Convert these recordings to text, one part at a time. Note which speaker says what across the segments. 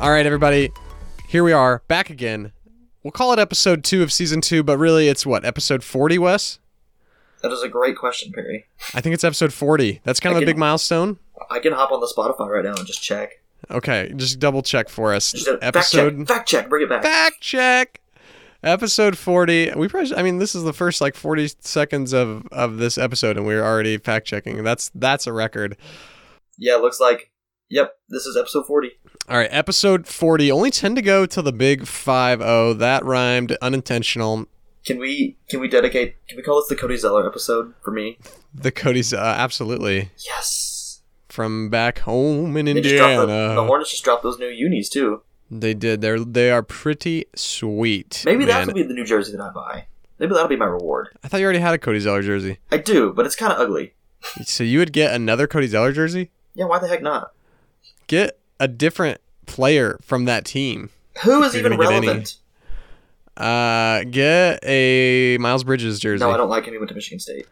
Speaker 1: All right, everybody. Here we are, back again. We'll call it episode two of season two, but really it's what, episode 40, Wes?
Speaker 2: That is a great question, Perry.
Speaker 1: I think it's episode 40. That's kind
Speaker 2: I
Speaker 1: of a
Speaker 2: can-
Speaker 1: big milestone.
Speaker 2: I can hop on the Spotify right now and just check.
Speaker 1: Okay, just double check for us.
Speaker 2: Just a
Speaker 1: episode
Speaker 2: fact check. Fact check. Bring it back.
Speaker 1: fact check episode 40 we probably should- i mean this is the first like 40 seconds of of this episode and we're already fact checking that's that's a record
Speaker 2: Yeah, it looks like. Yep, this is episode forty.
Speaker 1: all right episode 40 only 10 to go till the big 5-0 that rhymed unintentional
Speaker 2: Can we can we dedicate? Can we call this the Cody Zeller episode for me?
Speaker 1: the cody's uh, absolutely
Speaker 2: Yes.
Speaker 1: from back home in
Speaker 2: They just dropped
Speaker 1: indiana
Speaker 2: the, the Hornets just dropped those new unis too.
Speaker 1: they did they're they are pretty sweet man.
Speaker 2: Maybe that will be the new jersey that I buy. Maybe that'll be my reward.
Speaker 1: i thought you already had a cody zeller jersey
Speaker 2: I do, but it's kind of ugly.
Speaker 1: so you would get another cody zeller jersey
Speaker 2: Yeah, why the heck not?
Speaker 1: get a different player from that team
Speaker 2: Who is
Speaker 1: You're
Speaker 2: even
Speaker 1: gonna get any.
Speaker 2: relevant?
Speaker 1: Uh, get a Miles Bridges jersey.
Speaker 2: No, I don't like him. He went to Michigan State.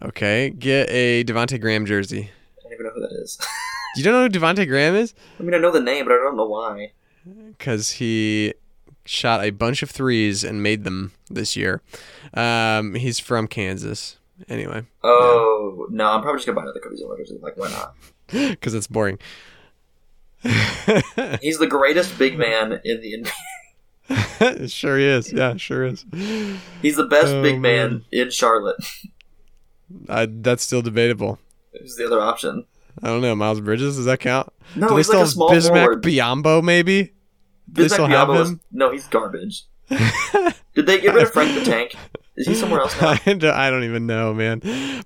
Speaker 1: Okay, get a Devonte Graham jersey.
Speaker 2: I don't even know who that is.
Speaker 1: You don't know who Devonte Graham is?
Speaker 2: I mean, I know the name, but I don't know why.
Speaker 1: Because he shot a bunch of threes and made them this year. Um, he's from Kansas. Anyway,
Speaker 2: Oh no, I'm probably just gonna buy another Cody Zeller jersey. Like, why not?
Speaker 1: because it's boring.
Speaker 2: He's the greatest big man in the NBA.
Speaker 1: sure he is. Yeah, sure is.
Speaker 2: He's the best
Speaker 1: Oh,
Speaker 2: big man
Speaker 1: man.
Speaker 2: in Charlotte.
Speaker 1: I, that's still debatable.
Speaker 2: Who's the other option?
Speaker 1: I don't know. Miles Bridges, does that count?
Speaker 2: No,
Speaker 1: Do they
Speaker 2: he's
Speaker 1: still
Speaker 2: like a
Speaker 1: have
Speaker 2: small
Speaker 1: Bismack
Speaker 2: forward.
Speaker 1: Biombo, maybe? Do they
Speaker 2: Bismack
Speaker 1: still have
Speaker 2: Biyombo is-
Speaker 1: him?
Speaker 2: no, he's garbage. Did they get rid of Frank the Tank? Is he somewhere else now?
Speaker 1: I don't, I don't even know, man.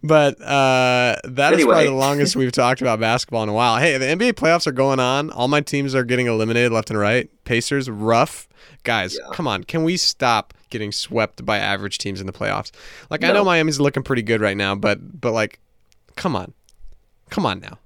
Speaker 1: But uh, that is probably
Speaker 2: Anyway.
Speaker 1: the longest we've talked about basketball in a while. Hey, the NBA playoffs are going on. All my teams are getting eliminated left and right. Pacers, rough. Guys,
Speaker 2: Yeah.
Speaker 1: come on. Can we stop getting swept by average teams in the playoffs? Like, I
Speaker 2: No.
Speaker 1: know Miami's looking pretty good right now, but but like, come on. Come on now.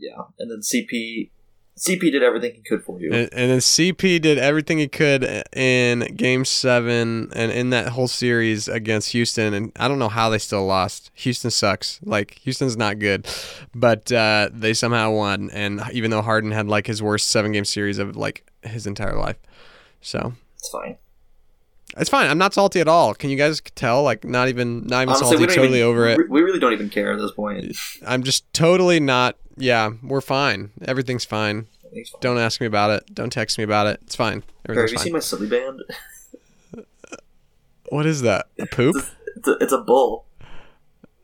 Speaker 2: Yeah, and then CP, CP did everything he could for you.
Speaker 1: And, and then CP did everything he could in game seven and in that whole series against Houston. And I don't know how they still lost. Houston sucks. Like, Houston's not good. But uh, they somehow won. And even though Harden had like his worst seven game series of like his entire life. So
Speaker 2: it's fine.
Speaker 1: it's fine. I'm not salty at all. Can you guys tell? Like, not even, not even
Speaker 2: Honestly, we
Speaker 1: salty.
Speaker 2: don't
Speaker 1: Totally
Speaker 2: even,
Speaker 1: over it.
Speaker 2: We we really don't even care at this point.
Speaker 1: I'm just totally not. Yeah, we're fine. Everything's fine.
Speaker 2: Everything's fine.
Speaker 1: Don't ask me about it. Don't text me about it. It's fine.
Speaker 2: Perry,
Speaker 1: Everything's
Speaker 2: have you
Speaker 1: fine.
Speaker 2: seen my silly band?
Speaker 1: What is that? A poop?
Speaker 2: It's a, it's a bull.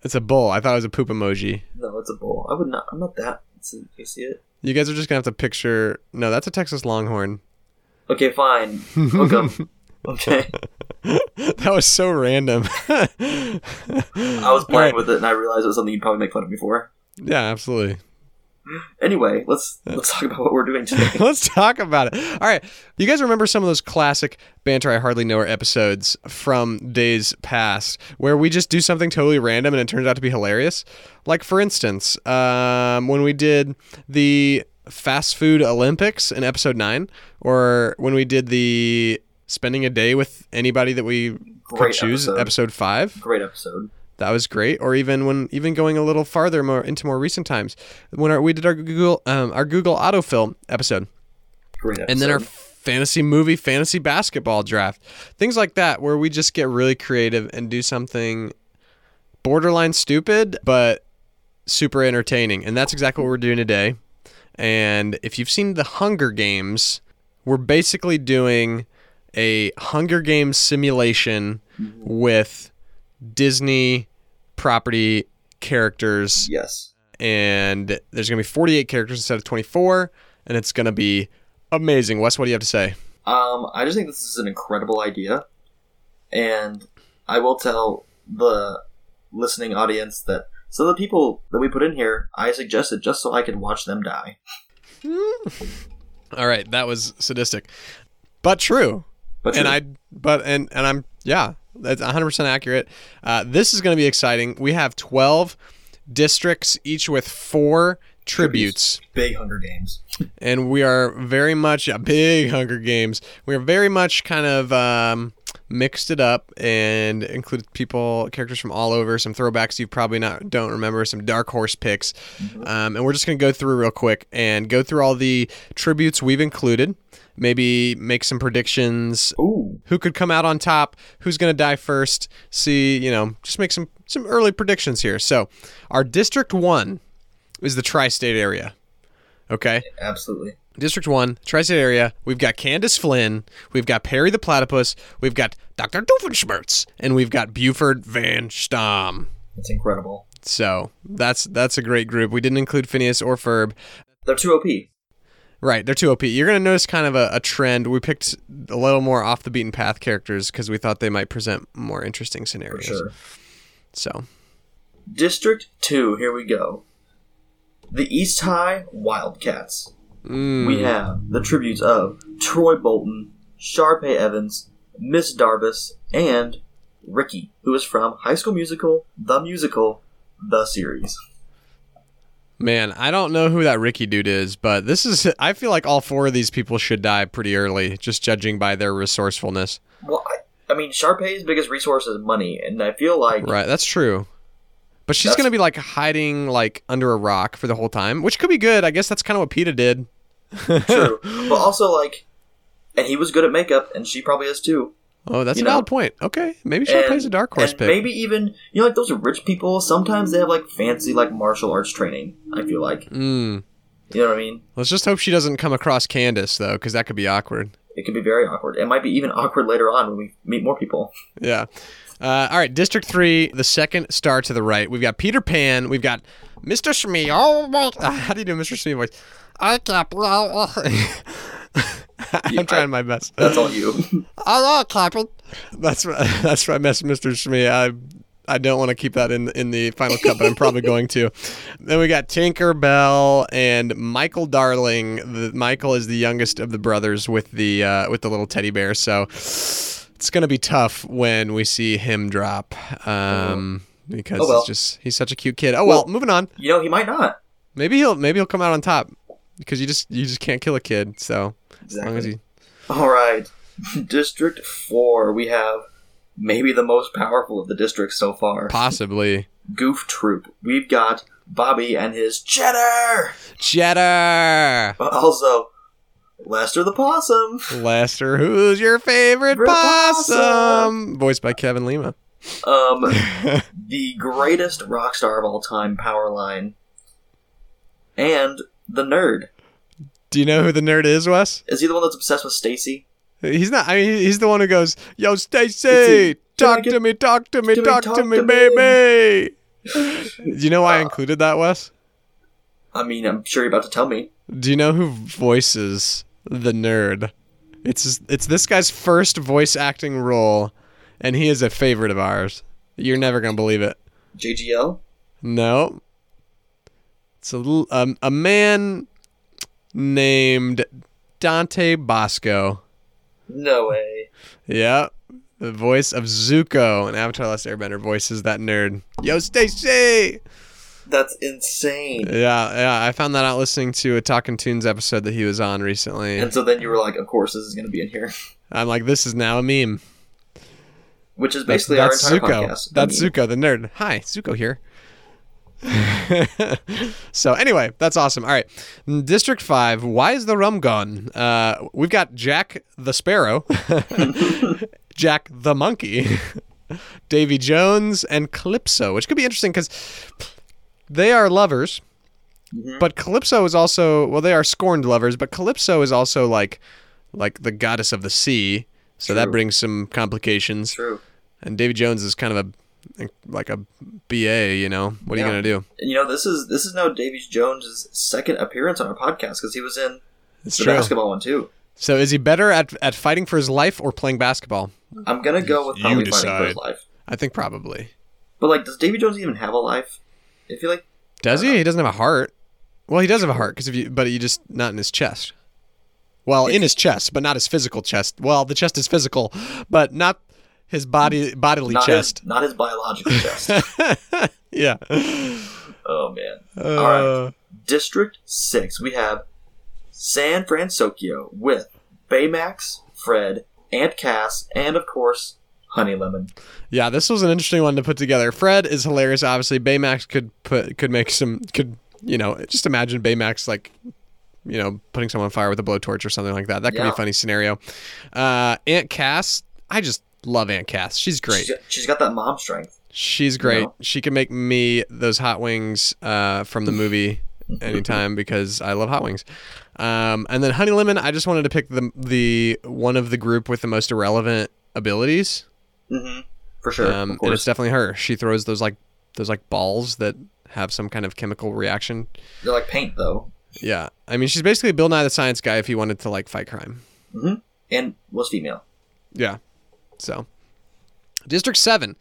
Speaker 1: It's a bull. I thought it was a poop emoji.
Speaker 2: No, it's a bull. I would not. I'm not that. See, you see it?
Speaker 1: You guys are just gonna have to picture. No, that's a Texas Longhorn.
Speaker 2: Okay, fine. Hook 'em. Okay.
Speaker 1: that was so random. I
Speaker 2: I
Speaker 1: was
Speaker 2: was playing with it and I realized it was something you'd probably make fun of me for.
Speaker 1: Yeah, absolutely.
Speaker 2: Anyway, let's let's talk about what we're doing today.
Speaker 1: Let's talk about it. All right, you guys remember some of those classic banter I hardly know her episodes from days past, where we just do something totally random and it turns out to be hilarious. Like for instance, um, when we did the fast food Olympics in episode nine, or when we did the spending a day with anybody that we could
Speaker 2: Great
Speaker 1: choose
Speaker 2: episode.
Speaker 1: episode five
Speaker 2: Great episode.
Speaker 1: that was great or even when even going a little farther more into more recent times when our, we did our google um, our google autofill episode
Speaker 2: Great episode.
Speaker 1: and then our fantasy movie fantasy basketball draft things like that where we just get really creative and do something borderline stupid but super entertaining and that's exactly what we're doing today and if you've seen the hunger games we're basically doing a hunger games simulation with disney property characters
Speaker 2: yes.
Speaker 1: and there's going to be 48 characters instead of 24, and it's going to be amazing. Wes, what do you have to say?
Speaker 2: Um, I just think this is an incredible idea, and I will tell the listening audience that some of the people that we put in here, I suggested just so I could watch them die.
Speaker 1: All right, that was sadistic, but true.
Speaker 2: But
Speaker 1: And I,
Speaker 2: true.
Speaker 1: but and and I'm yeah, that's 100 percent accurate. Uh, this is going to be exciting. We have 12 districts, each with four tributes.
Speaker 2: big Hunger Games.
Speaker 1: and we are very much a big Hunger Games. We are very much kind of um, mixed it up and included people characters from all over some throwbacks you probably not don't remember some dark horse picks um, and we're just going to go through real quick and go through all the tributes we've included maybe make some predictions
Speaker 2: Ooh,
Speaker 1: who could come out on top who's going to die first see you know just make some some early predictions here so our district 1 is the tri-state area okay
Speaker 2: absolutely.
Speaker 1: District 1, Tri State Area, we've got Candace Flynn, we've got Perry the Platypus, we've got Dr. Doofenshmirtz, and we've got Buford Van Stom.
Speaker 2: It's incredible.
Speaker 1: So that's that's a great group. We didn't include Phineas or Ferb.
Speaker 2: They're too OP.
Speaker 1: Right, they're too OP. You're going to notice kind of a, a trend. We picked a little more off the beaten path characters because we thought they might present more interesting
Speaker 2: For
Speaker 1: scenarios.
Speaker 2: sure.
Speaker 1: So,
Speaker 2: District 2, here we go. The East High Wildcats.
Speaker 1: mm,
Speaker 2: We have the tributes of Troy Bolton, Sharpay Evans, Miss Darvis, and Ricky, who is from High School Musical, The Musical, The Series.
Speaker 1: man, I don't know who that Ricky dude is, but this is, I feel like all four of these people should die pretty early, just judging by their resourcefulness.
Speaker 2: Well, I, I mean, Sharpay's biggest resource is money, and I feel like
Speaker 1: Right, that's true. But she's
Speaker 2: That's-
Speaker 1: gonna be like hiding like under a rock for the whole time, which could be good. I guess that's kind of what Peta did.
Speaker 2: true, but also like, and he was good at makeup, and she probably is too.
Speaker 1: Oh, that's
Speaker 2: You
Speaker 1: a valid
Speaker 2: know?
Speaker 1: point. Okay, maybe she plays
Speaker 2: And-
Speaker 1: a dark horse
Speaker 2: and
Speaker 1: pick.
Speaker 2: Maybe even you know, like those rich people. Sometimes they have like fancy like martial arts training. I feel like
Speaker 1: Mm.
Speaker 2: you know what I mean.
Speaker 1: Let's just hope she doesn't come across Candace though, because that could be awkward.
Speaker 2: It could be very awkward. It might be even awkward later on when we meet more people.
Speaker 1: Yeah. Uh, all right, District Three, the second star to the right. We've got Peter Pan. We've got Mr. Shmee. Oh my! Uh, how do you do, Mr. Shmee voice? I can't.
Speaker 2: Yeah, I-
Speaker 1: I'm trying my best.
Speaker 2: That's all you.
Speaker 1: Hello, Captain. That's what, that's what I messed Mr. Shmee. I I don't want to keep that in in the final cut, but I'm probably going to. Then we got Tinker Bell and Michael Darling. The, Michael is the youngest of the brothers with the uh, with the little teddy bear, so it's gonna be tough when we see him drop. Um, because
Speaker 2: Oh, well.
Speaker 1: it's just he's such a cute kid. Oh well,
Speaker 2: Well-
Speaker 1: moving on.
Speaker 2: you know, he might not.
Speaker 1: Maybe he'll maybe he'll come out on top because you just you just can't kill a kid. So as long as he
Speaker 2: All right. District 4, we have maybe the most powerful of the districts so far
Speaker 1: possibly.
Speaker 2: Goof Troop. We've got Bobby and his cheddar!
Speaker 1: Cheddar.
Speaker 2: But also, Lester the Possum.
Speaker 1: Lester, who's your favorite
Speaker 2: Favorite
Speaker 1: possum?
Speaker 2: possum.
Speaker 1: Voiced by Kevin Lima.
Speaker 2: Um, the greatest rock star of all time, Powerline. And the nerd.
Speaker 1: Do you know who the nerd is, Wes?
Speaker 2: Is he the one that's obsessed with Stacy?
Speaker 1: He's not. I mean, he's the one who goes, "Yo,
Speaker 2: Stacy,
Speaker 1: Stacy,
Speaker 2: can I
Speaker 1: talk
Speaker 2: get-
Speaker 1: to me, talk to me,
Speaker 2: can I
Speaker 1: talk to me, baby." Do you know why I included that, Wes?
Speaker 2: I mean, I'm sure you're about to tell me.
Speaker 1: Do you know who voices the nerd? It's it's this guy's first voice acting role, and he is a favorite of ours. You're never gonna believe it.
Speaker 2: JGL?
Speaker 1: No. It's a, l- um, a man named Dante Bosco.
Speaker 2: No way.
Speaker 1: Yep. The voice of Zuko in Avatar Last Airbender voices that nerd. Yo, Stacy!
Speaker 2: That's insane.
Speaker 1: Yeah, yeah. I found that out listening to a Talking Tunes episode that he was on recently.
Speaker 2: And so then you were like, of course, this is going to be in here.
Speaker 1: I'm like, this is now a meme.
Speaker 2: Which is
Speaker 1: That's,
Speaker 2: basically
Speaker 1: that's
Speaker 2: our
Speaker 1: Zuko.
Speaker 2: entire podcast. Mm-hmm.
Speaker 1: That's
Speaker 2: I mean,
Speaker 1: Zuko, the nerd. Hi, Zuko here. so anyway, that's awesome. All right, District Five. Why is the rum gone? Uh, we've got Jack the Sparrow, Jack the Monkey, Davy Jones, and Calypso, which could be interesting because they are lovers.
Speaker 2: Mm-hmm.
Speaker 1: But Calypso is also well, they are scorned lovers, but Calypso is also like like the goddess of the sea. So that
Speaker 2: True.
Speaker 1: brings some complications.
Speaker 2: True.
Speaker 1: And Davy Jones is kind of a like a BA, you know. What are
Speaker 2: Yeah.
Speaker 1: you gonna do?
Speaker 2: And you know, this is this is now Davies Jones' second appearance on our podcast because he was in
Speaker 1: It's
Speaker 2: the
Speaker 1: true.
Speaker 2: basketball one too.
Speaker 1: So is he better at at fighting for his life or playing basketball?
Speaker 2: I'm gonna go with
Speaker 1: You
Speaker 2: probably fighting for his
Speaker 1: decide.
Speaker 2: life.
Speaker 1: I think probably.
Speaker 2: But like, does Davy Jones even have a life? I feel like
Speaker 1: Does he? He doesn't have a heart. Well, he does have a heart because if you, but you just not in his chest. Well, in his chest, but not his physical chest. Well, the chest is physical, but not his body bodily
Speaker 2: not
Speaker 1: chest.
Speaker 2: his not his biological chest.
Speaker 1: yeah.
Speaker 2: Oh man.
Speaker 1: Uh,
Speaker 2: District six, we have San Francisco with Baymax, Fred, and Cass, and of course, Honey Lemon.
Speaker 1: Yeah, this was an interesting one to put together. Fred is hilarious. Obviously, Baymax could put could make some could you know just imagine Baymax like you know putting someone on fire with a blowtorch or something like that. That could be
Speaker 2: Yeah.
Speaker 1: a funny scenario. Uh, Aunt Cass, I just love Aunt Cass. She's great.
Speaker 2: She's got, she's got that mom strength.
Speaker 1: She's great.
Speaker 2: No.
Speaker 1: She can make me those hot wings uh, from the movie anytime because I love hot wings. Um, and then Honey Lemon, I just wanted to pick the the one of the group with the most irrelevant abilities,
Speaker 2: hmm For sure.
Speaker 1: um,
Speaker 2: of
Speaker 1: and it's
Speaker 2: course.
Speaker 1: definitely her. She throws those like those like balls that have some kind of chemical reaction.
Speaker 2: They're like paint, though.
Speaker 1: Yeah, I mean she's basically Bill Nye the Science Guy if he wanted to like fight crime.
Speaker 2: And was female.
Speaker 1: Yeah, so District Seven,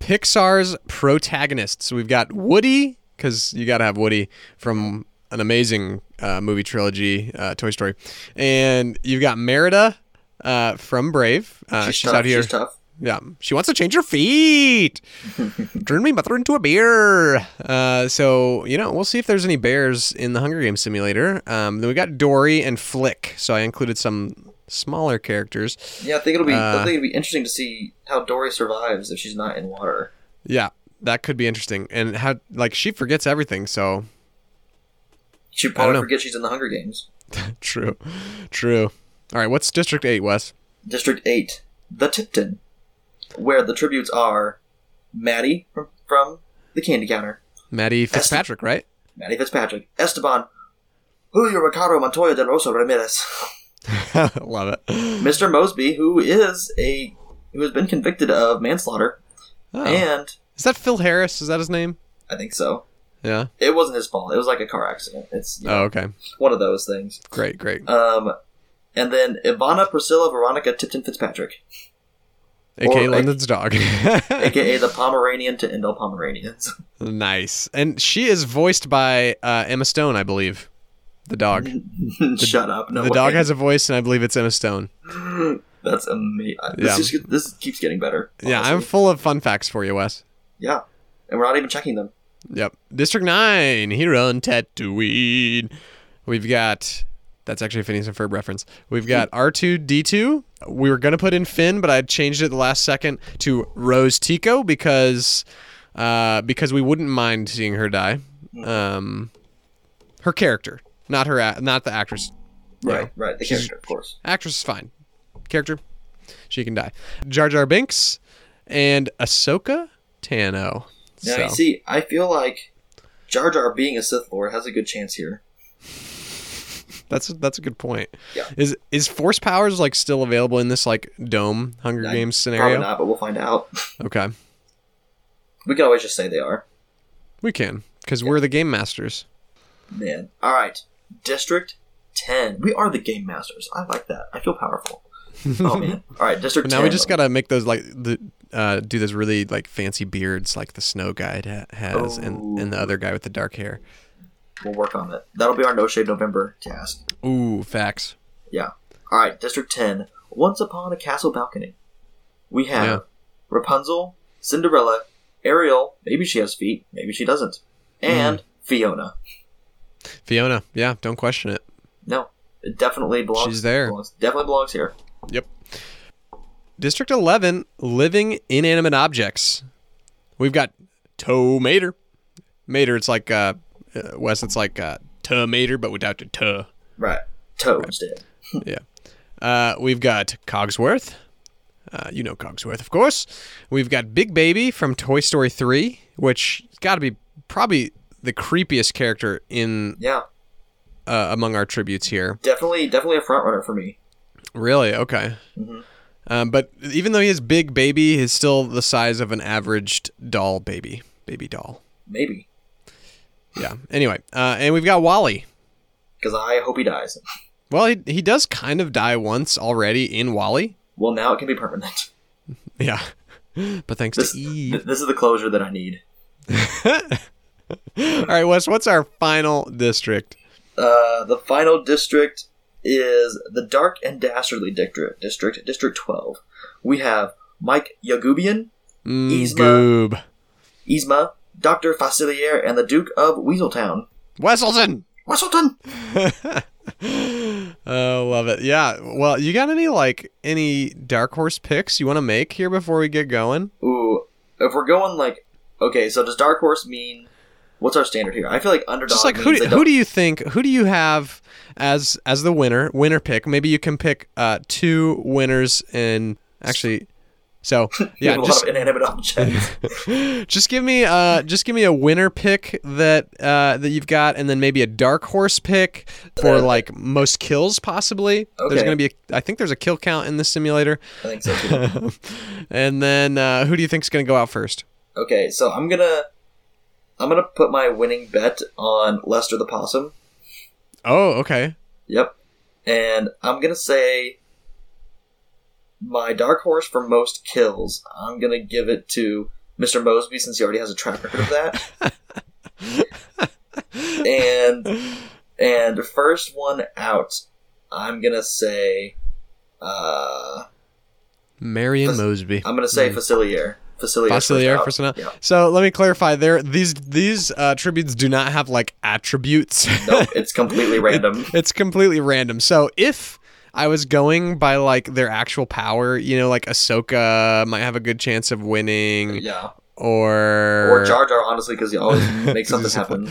Speaker 1: Pixar's protagonists. We've got Woody because you got to have Woody from an amazing uh, movie trilogy, uh, Toy Story, and you've got Merida uh, from Brave. Uh, she's,
Speaker 2: tough.
Speaker 1: out here.
Speaker 2: She's tough.
Speaker 1: Yeah, she wants to change her feet. Turn me mother into a bear. Uh, so you know, we'll see if there's any bears in the Hunger Games simulator. Um, then we got Dory and Flick. So I included some smaller characters.
Speaker 2: Yeah, I think it'll be.
Speaker 1: Uh,
Speaker 2: I think it'll be interesting to see how Dory survives if she's not in water.
Speaker 1: Yeah, that could be interesting. And how like she forgets everything. So
Speaker 2: She
Speaker 1: I don't know.
Speaker 2: probably forget she's in the Hunger Games.
Speaker 1: true, true. All right, what's District Eight, Wes?
Speaker 2: District Eight, the Tipton, where the tributes are Maddie from, from the Candy Counter,
Speaker 1: Maddie Fitzpatrick, right?
Speaker 2: Maddie Fitzpatrick, Esteban, Julio Ricardo Montoya del Rosso Ramirez,
Speaker 1: Love it.
Speaker 2: Mr. Mosby, who is a who has been convicted of manslaughter,
Speaker 1: Oh.
Speaker 2: and
Speaker 1: Is that Phil Harris? Is that his name?
Speaker 2: I think so.
Speaker 1: Yeah.
Speaker 2: It wasn't his fault. It was like a car accident. It's you know,
Speaker 1: Oh, okay.
Speaker 2: one of those things.
Speaker 1: Great, great.
Speaker 2: Um, and then Ivana Priscilla Veronica Tipton Fitzpatrick,
Speaker 1: AKA
Speaker 2: or-
Speaker 1: London's dog.
Speaker 2: aka the Pomeranian to end all Pomeranians.
Speaker 1: Nice. And she is voiced by uh, Emma Stone, I believe. The dog.
Speaker 2: Shut up! No,
Speaker 1: the
Speaker 2: way.
Speaker 1: dog has a voice, and I believe it's Emma Stone.
Speaker 2: That's amazing.
Speaker 1: Yeah.
Speaker 2: This, is this keeps getting better.
Speaker 1: Yeah, I'm
Speaker 2: honestly.
Speaker 1: full of fun facts for you, Wes.
Speaker 2: yeah, and we're not even checking them.
Speaker 1: Yep. District 9, here on Tatooine. We've got. That's actually a Phineas and Ferb reference. We've got R2D2. We were going to put in Finn, but I changed it at the last second to Rose Tico because. Uh, because we wouldn't mind seeing her die,
Speaker 2: Mm.
Speaker 1: um, her character, not her, a- not the actress. you know.
Speaker 2: Right, right. The character, of course.
Speaker 1: Actress is fine. Character, she can die. Jar Jar Binks and Ahsoka Tano.
Speaker 2: Now
Speaker 1: So-
Speaker 2: you see, I feel like Jar Jar being a Sith Lord has a good chance here.
Speaker 1: that's that's a good point.
Speaker 2: Yeah.
Speaker 1: Is is force powers like still available in this like dome Hunger
Speaker 2: Nah,
Speaker 1: Games
Speaker 2: Probably
Speaker 1: scenario?
Speaker 2: not, but we'll find out.
Speaker 1: Okay,
Speaker 2: we can always just say they are.
Speaker 1: we can because we're the game masters.
Speaker 2: Man, all right. District Ten. We are the game masters. I like that. I feel powerful. Oh man! All right, District
Speaker 1: But now
Speaker 2: 10.
Speaker 1: we just gotta make those like the uh, do those really like fancy beards like the snow guy ha- has and and the other guy with the dark hair.
Speaker 2: We'll work on it. That'll be our No Shave November task.
Speaker 1: Ooh, facts.
Speaker 2: Yeah. All right, District 10. Once upon a castle balcony. We have
Speaker 1: Yeah.
Speaker 2: Rapunzel, Cinderella, Ariel, maybe she has feet, maybe she doesn't, and
Speaker 1: Hmm.
Speaker 2: Fiona.
Speaker 1: Fiona, yeah, don't question it.
Speaker 2: No, it definitely belongs.
Speaker 1: She's there.
Speaker 2: belongs- definitely belongs here.
Speaker 1: Yep. District 11, living inanimate objects. We've got tomater. Mater, it's like, uh, uh, Wes, it's like, uh, tomater, but without the tuh.
Speaker 2: Right. Toads did.
Speaker 1: yeah. Uh, we've got Cogsworth. Uh, you know Cogsworth, of course. We've got Big Baby from Toy Story 3, which has got to be probably the creepiest character in
Speaker 2: Yeah.
Speaker 1: uh, among our tributes here.
Speaker 2: Definitely definitely a front runner for me.
Speaker 1: Really? Okay.
Speaker 2: Mm-hmm.
Speaker 1: Um, but even though he is big baby, he's still the size of an averaged doll baby. Baby doll.
Speaker 2: Maybe.
Speaker 1: Yeah. Anyway, uh, and we've got Wally.
Speaker 2: Because I hope he dies.
Speaker 1: Well, he, he does kind of die once already in Wally.
Speaker 2: Well, now it can be permanent.
Speaker 1: Yeah. But thanks
Speaker 2: This,
Speaker 1: to
Speaker 2: th-
Speaker 1: Eve.
Speaker 2: this is the closure that I need.
Speaker 1: All right, Wes, what's our final district?
Speaker 2: Uh, the final district is the Dark and Dastardly District, District, District 12. We have Mike Yagubian,
Speaker 1: Mm,
Speaker 2: Yzma.
Speaker 1: Goob.
Speaker 2: Yzma, Dr. Facilier, and the Duke of Weaseltown.
Speaker 1: Wesselton!
Speaker 2: Weaseltown!
Speaker 1: Oh, love it. Yeah. Well, you got any like any dark horse picks you want to make here before we get going?
Speaker 2: Ooh, if we're going like, okay, so does dark horse mean what's our standard here? I feel like underdog.
Speaker 1: Just like who
Speaker 2: means
Speaker 1: do,
Speaker 2: they don't-
Speaker 1: who do you think who do you have as as the winner winner pick? Maybe you can pick uh two winners in actually. So
Speaker 2: you
Speaker 1: yeah,
Speaker 2: have a
Speaker 1: just
Speaker 2: lot of inanimate objects.
Speaker 1: just give me uh just give me a winner pick that uh that you've got and then maybe a dark horse pick for
Speaker 2: Uh,
Speaker 1: like most kills possibly there's
Speaker 2: okay.
Speaker 1: gonna be a, i think there's a kill count in this simulator
Speaker 2: I think so. Too.
Speaker 1: and then uh who do you think's gonna go out first
Speaker 2: Okay, so I'm gonna I'm gonna put my winning bet on Lester the Possum.
Speaker 1: oh okay
Speaker 2: Yep. And I'm gonna say my dark horse for most kills, I'm gonna give it to Mr. Mosby since he already has a track record of that. and and first one out, I'm gonna say uh
Speaker 1: marion
Speaker 2: Fas-
Speaker 1: mosby
Speaker 2: I'm gonna say Facilier. Facilier.
Speaker 1: Facilier for
Speaker 2: out. Yeah.
Speaker 1: So let me clarify. There, these these uh, tributes do not have like attributes.
Speaker 2: Nope, it's completely random.
Speaker 1: it's completely random. So if I was going by like their actual power, you know, like Ahsoka might have a good chance of winning,
Speaker 2: yeah.
Speaker 1: or
Speaker 2: Or Jar Jar, honestly, because he always makes something happen.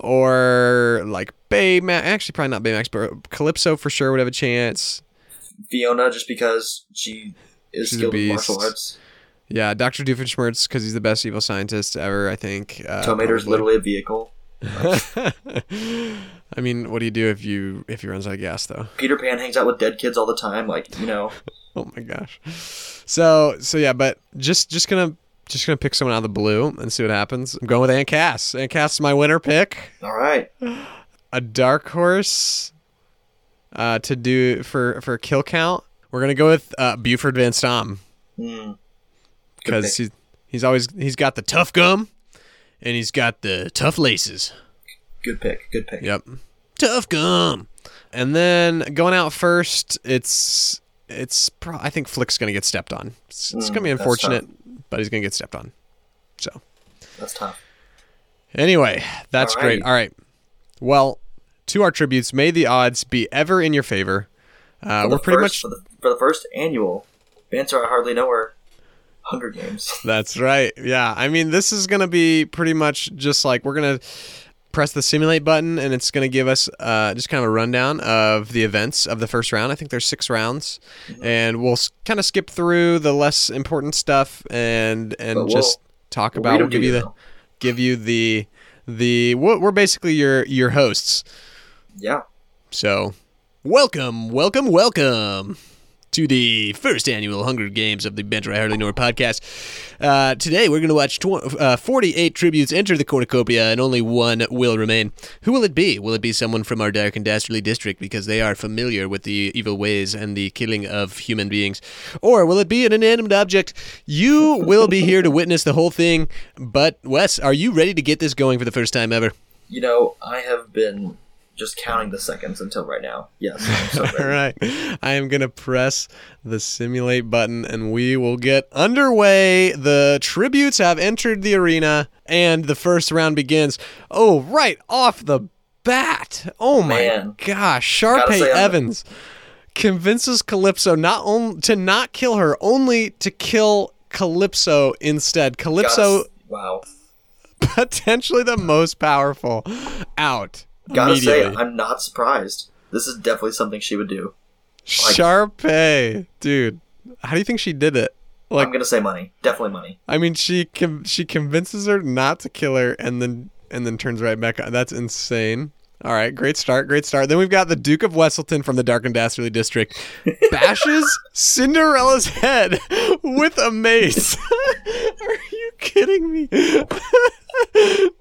Speaker 1: or like Baymax. Actually, probably not Baymax, but Calypso for sure would have a chance.
Speaker 2: Fiona, just because she is
Speaker 1: She's a
Speaker 2: skilled in
Speaker 1: beast.
Speaker 2: martial arts.
Speaker 1: Yeah, Doctor Doofenshmirtz because he's the best evil scientist ever. I think. Uh,
Speaker 2: Tomater's
Speaker 1: probably.
Speaker 2: literally a vehicle.
Speaker 1: I mean, what do you do if you if you runs out of gas though?
Speaker 2: Peter Pan hangs out with dead kids all the time. Like you know,
Speaker 1: Oh my gosh. So so yeah, but just just gonna just gonna pick someone out of the blue and see what happens. I'm going with Aunt Cass. Aunt Cass is my winner pick.
Speaker 2: all right,
Speaker 1: A dark horse uh, to do for for kill count. We're gonna go with uh, Buford Van Stom
Speaker 2: Hmm. Good
Speaker 1: because he, he's always he's got the tough gum and he's got the tough laces.
Speaker 2: good pick, good pick.
Speaker 1: Yep. Tough gum. And then going out first, it's it's pro- I think Flick's gonna get stepped on. It's, it's
Speaker 2: Mm,
Speaker 1: gonna be
Speaker 2: that's
Speaker 1: unfortunate, but he's gonna get stepped on. So
Speaker 2: That's tough.
Speaker 1: anyway, that's
Speaker 2: All
Speaker 1: great.
Speaker 2: right.
Speaker 1: All right. Well, to our tributes, may the odds be ever in your favor. Uh,
Speaker 2: For
Speaker 1: we're
Speaker 2: the
Speaker 1: pretty
Speaker 2: first-
Speaker 1: much.
Speaker 2: for the, for the first annual Banter I hardly know her. Hunger Games.
Speaker 1: That's right. Yeah. I mean, this is gonna be pretty much just like we're gonna press the simulate button, and it's gonna give us uh, just kind of a rundown of the events of the first round. I think there's six rounds,
Speaker 2: Mm-hmm.
Speaker 1: and we'll s- kind of skip through the less important stuff and and
Speaker 2: But we'll-
Speaker 1: just talk
Speaker 2: We
Speaker 1: about.
Speaker 2: don't
Speaker 1: We'll give
Speaker 2: do
Speaker 1: you the
Speaker 2: though.
Speaker 1: give you the the we're we're basically your your hosts.
Speaker 2: yeah.
Speaker 1: So, welcome, welcome, welcome to the first annual Hunger Games of the Bencher I Hardly Know Her podcast. Uh, today, we're going to watch tw- uh, 48 tributes enter the cornucopia, and only one will remain. Who will it be? Will it be someone from our dark and dastardly district because they are familiar with the evil ways and the killing of human beings? Or will it be an inanimate object? You will be here to witness the whole thing. But, Wes, are you ready to get this going for the first time ever?
Speaker 2: You know, I have been just counting the seconds until right now. Yes. I'm so
Speaker 1: All
Speaker 2: ready.
Speaker 1: right. I am going to press the simulate button and we will get underway. The tributes have entered the arena and the first round begins. Oh, right off the bat. Oh, my
Speaker 2: Man.
Speaker 1: gosh.
Speaker 2: Gotta
Speaker 1: Sharpay
Speaker 2: say, I'm-
Speaker 1: Evans convinces Calypso not on, to not kill her, only to kill Calypso instead.
Speaker 2: Got
Speaker 1: Calypso,
Speaker 2: us- wow.
Speaker 1: potentially the most powerful, out.
Speaker 2: Gotta say,
Speaker 1: immediately.
Speaker 2: I'm not surprised. This is definitely something she would do. Like-
Speaker 1: Sharpay, dude. How do you think she did it? Like,
Speaker 2: I'm gonna say money. Definitely money.
Speaker 1: I mean, she com- she convinces her not to kill her, and then and then turns right back. on. That's insane. All right, great start, great start. Then we've got the Duke of Wesselton from the Dark and Dastardly District bashes Cinderella's head with a mace. Are you kidding me?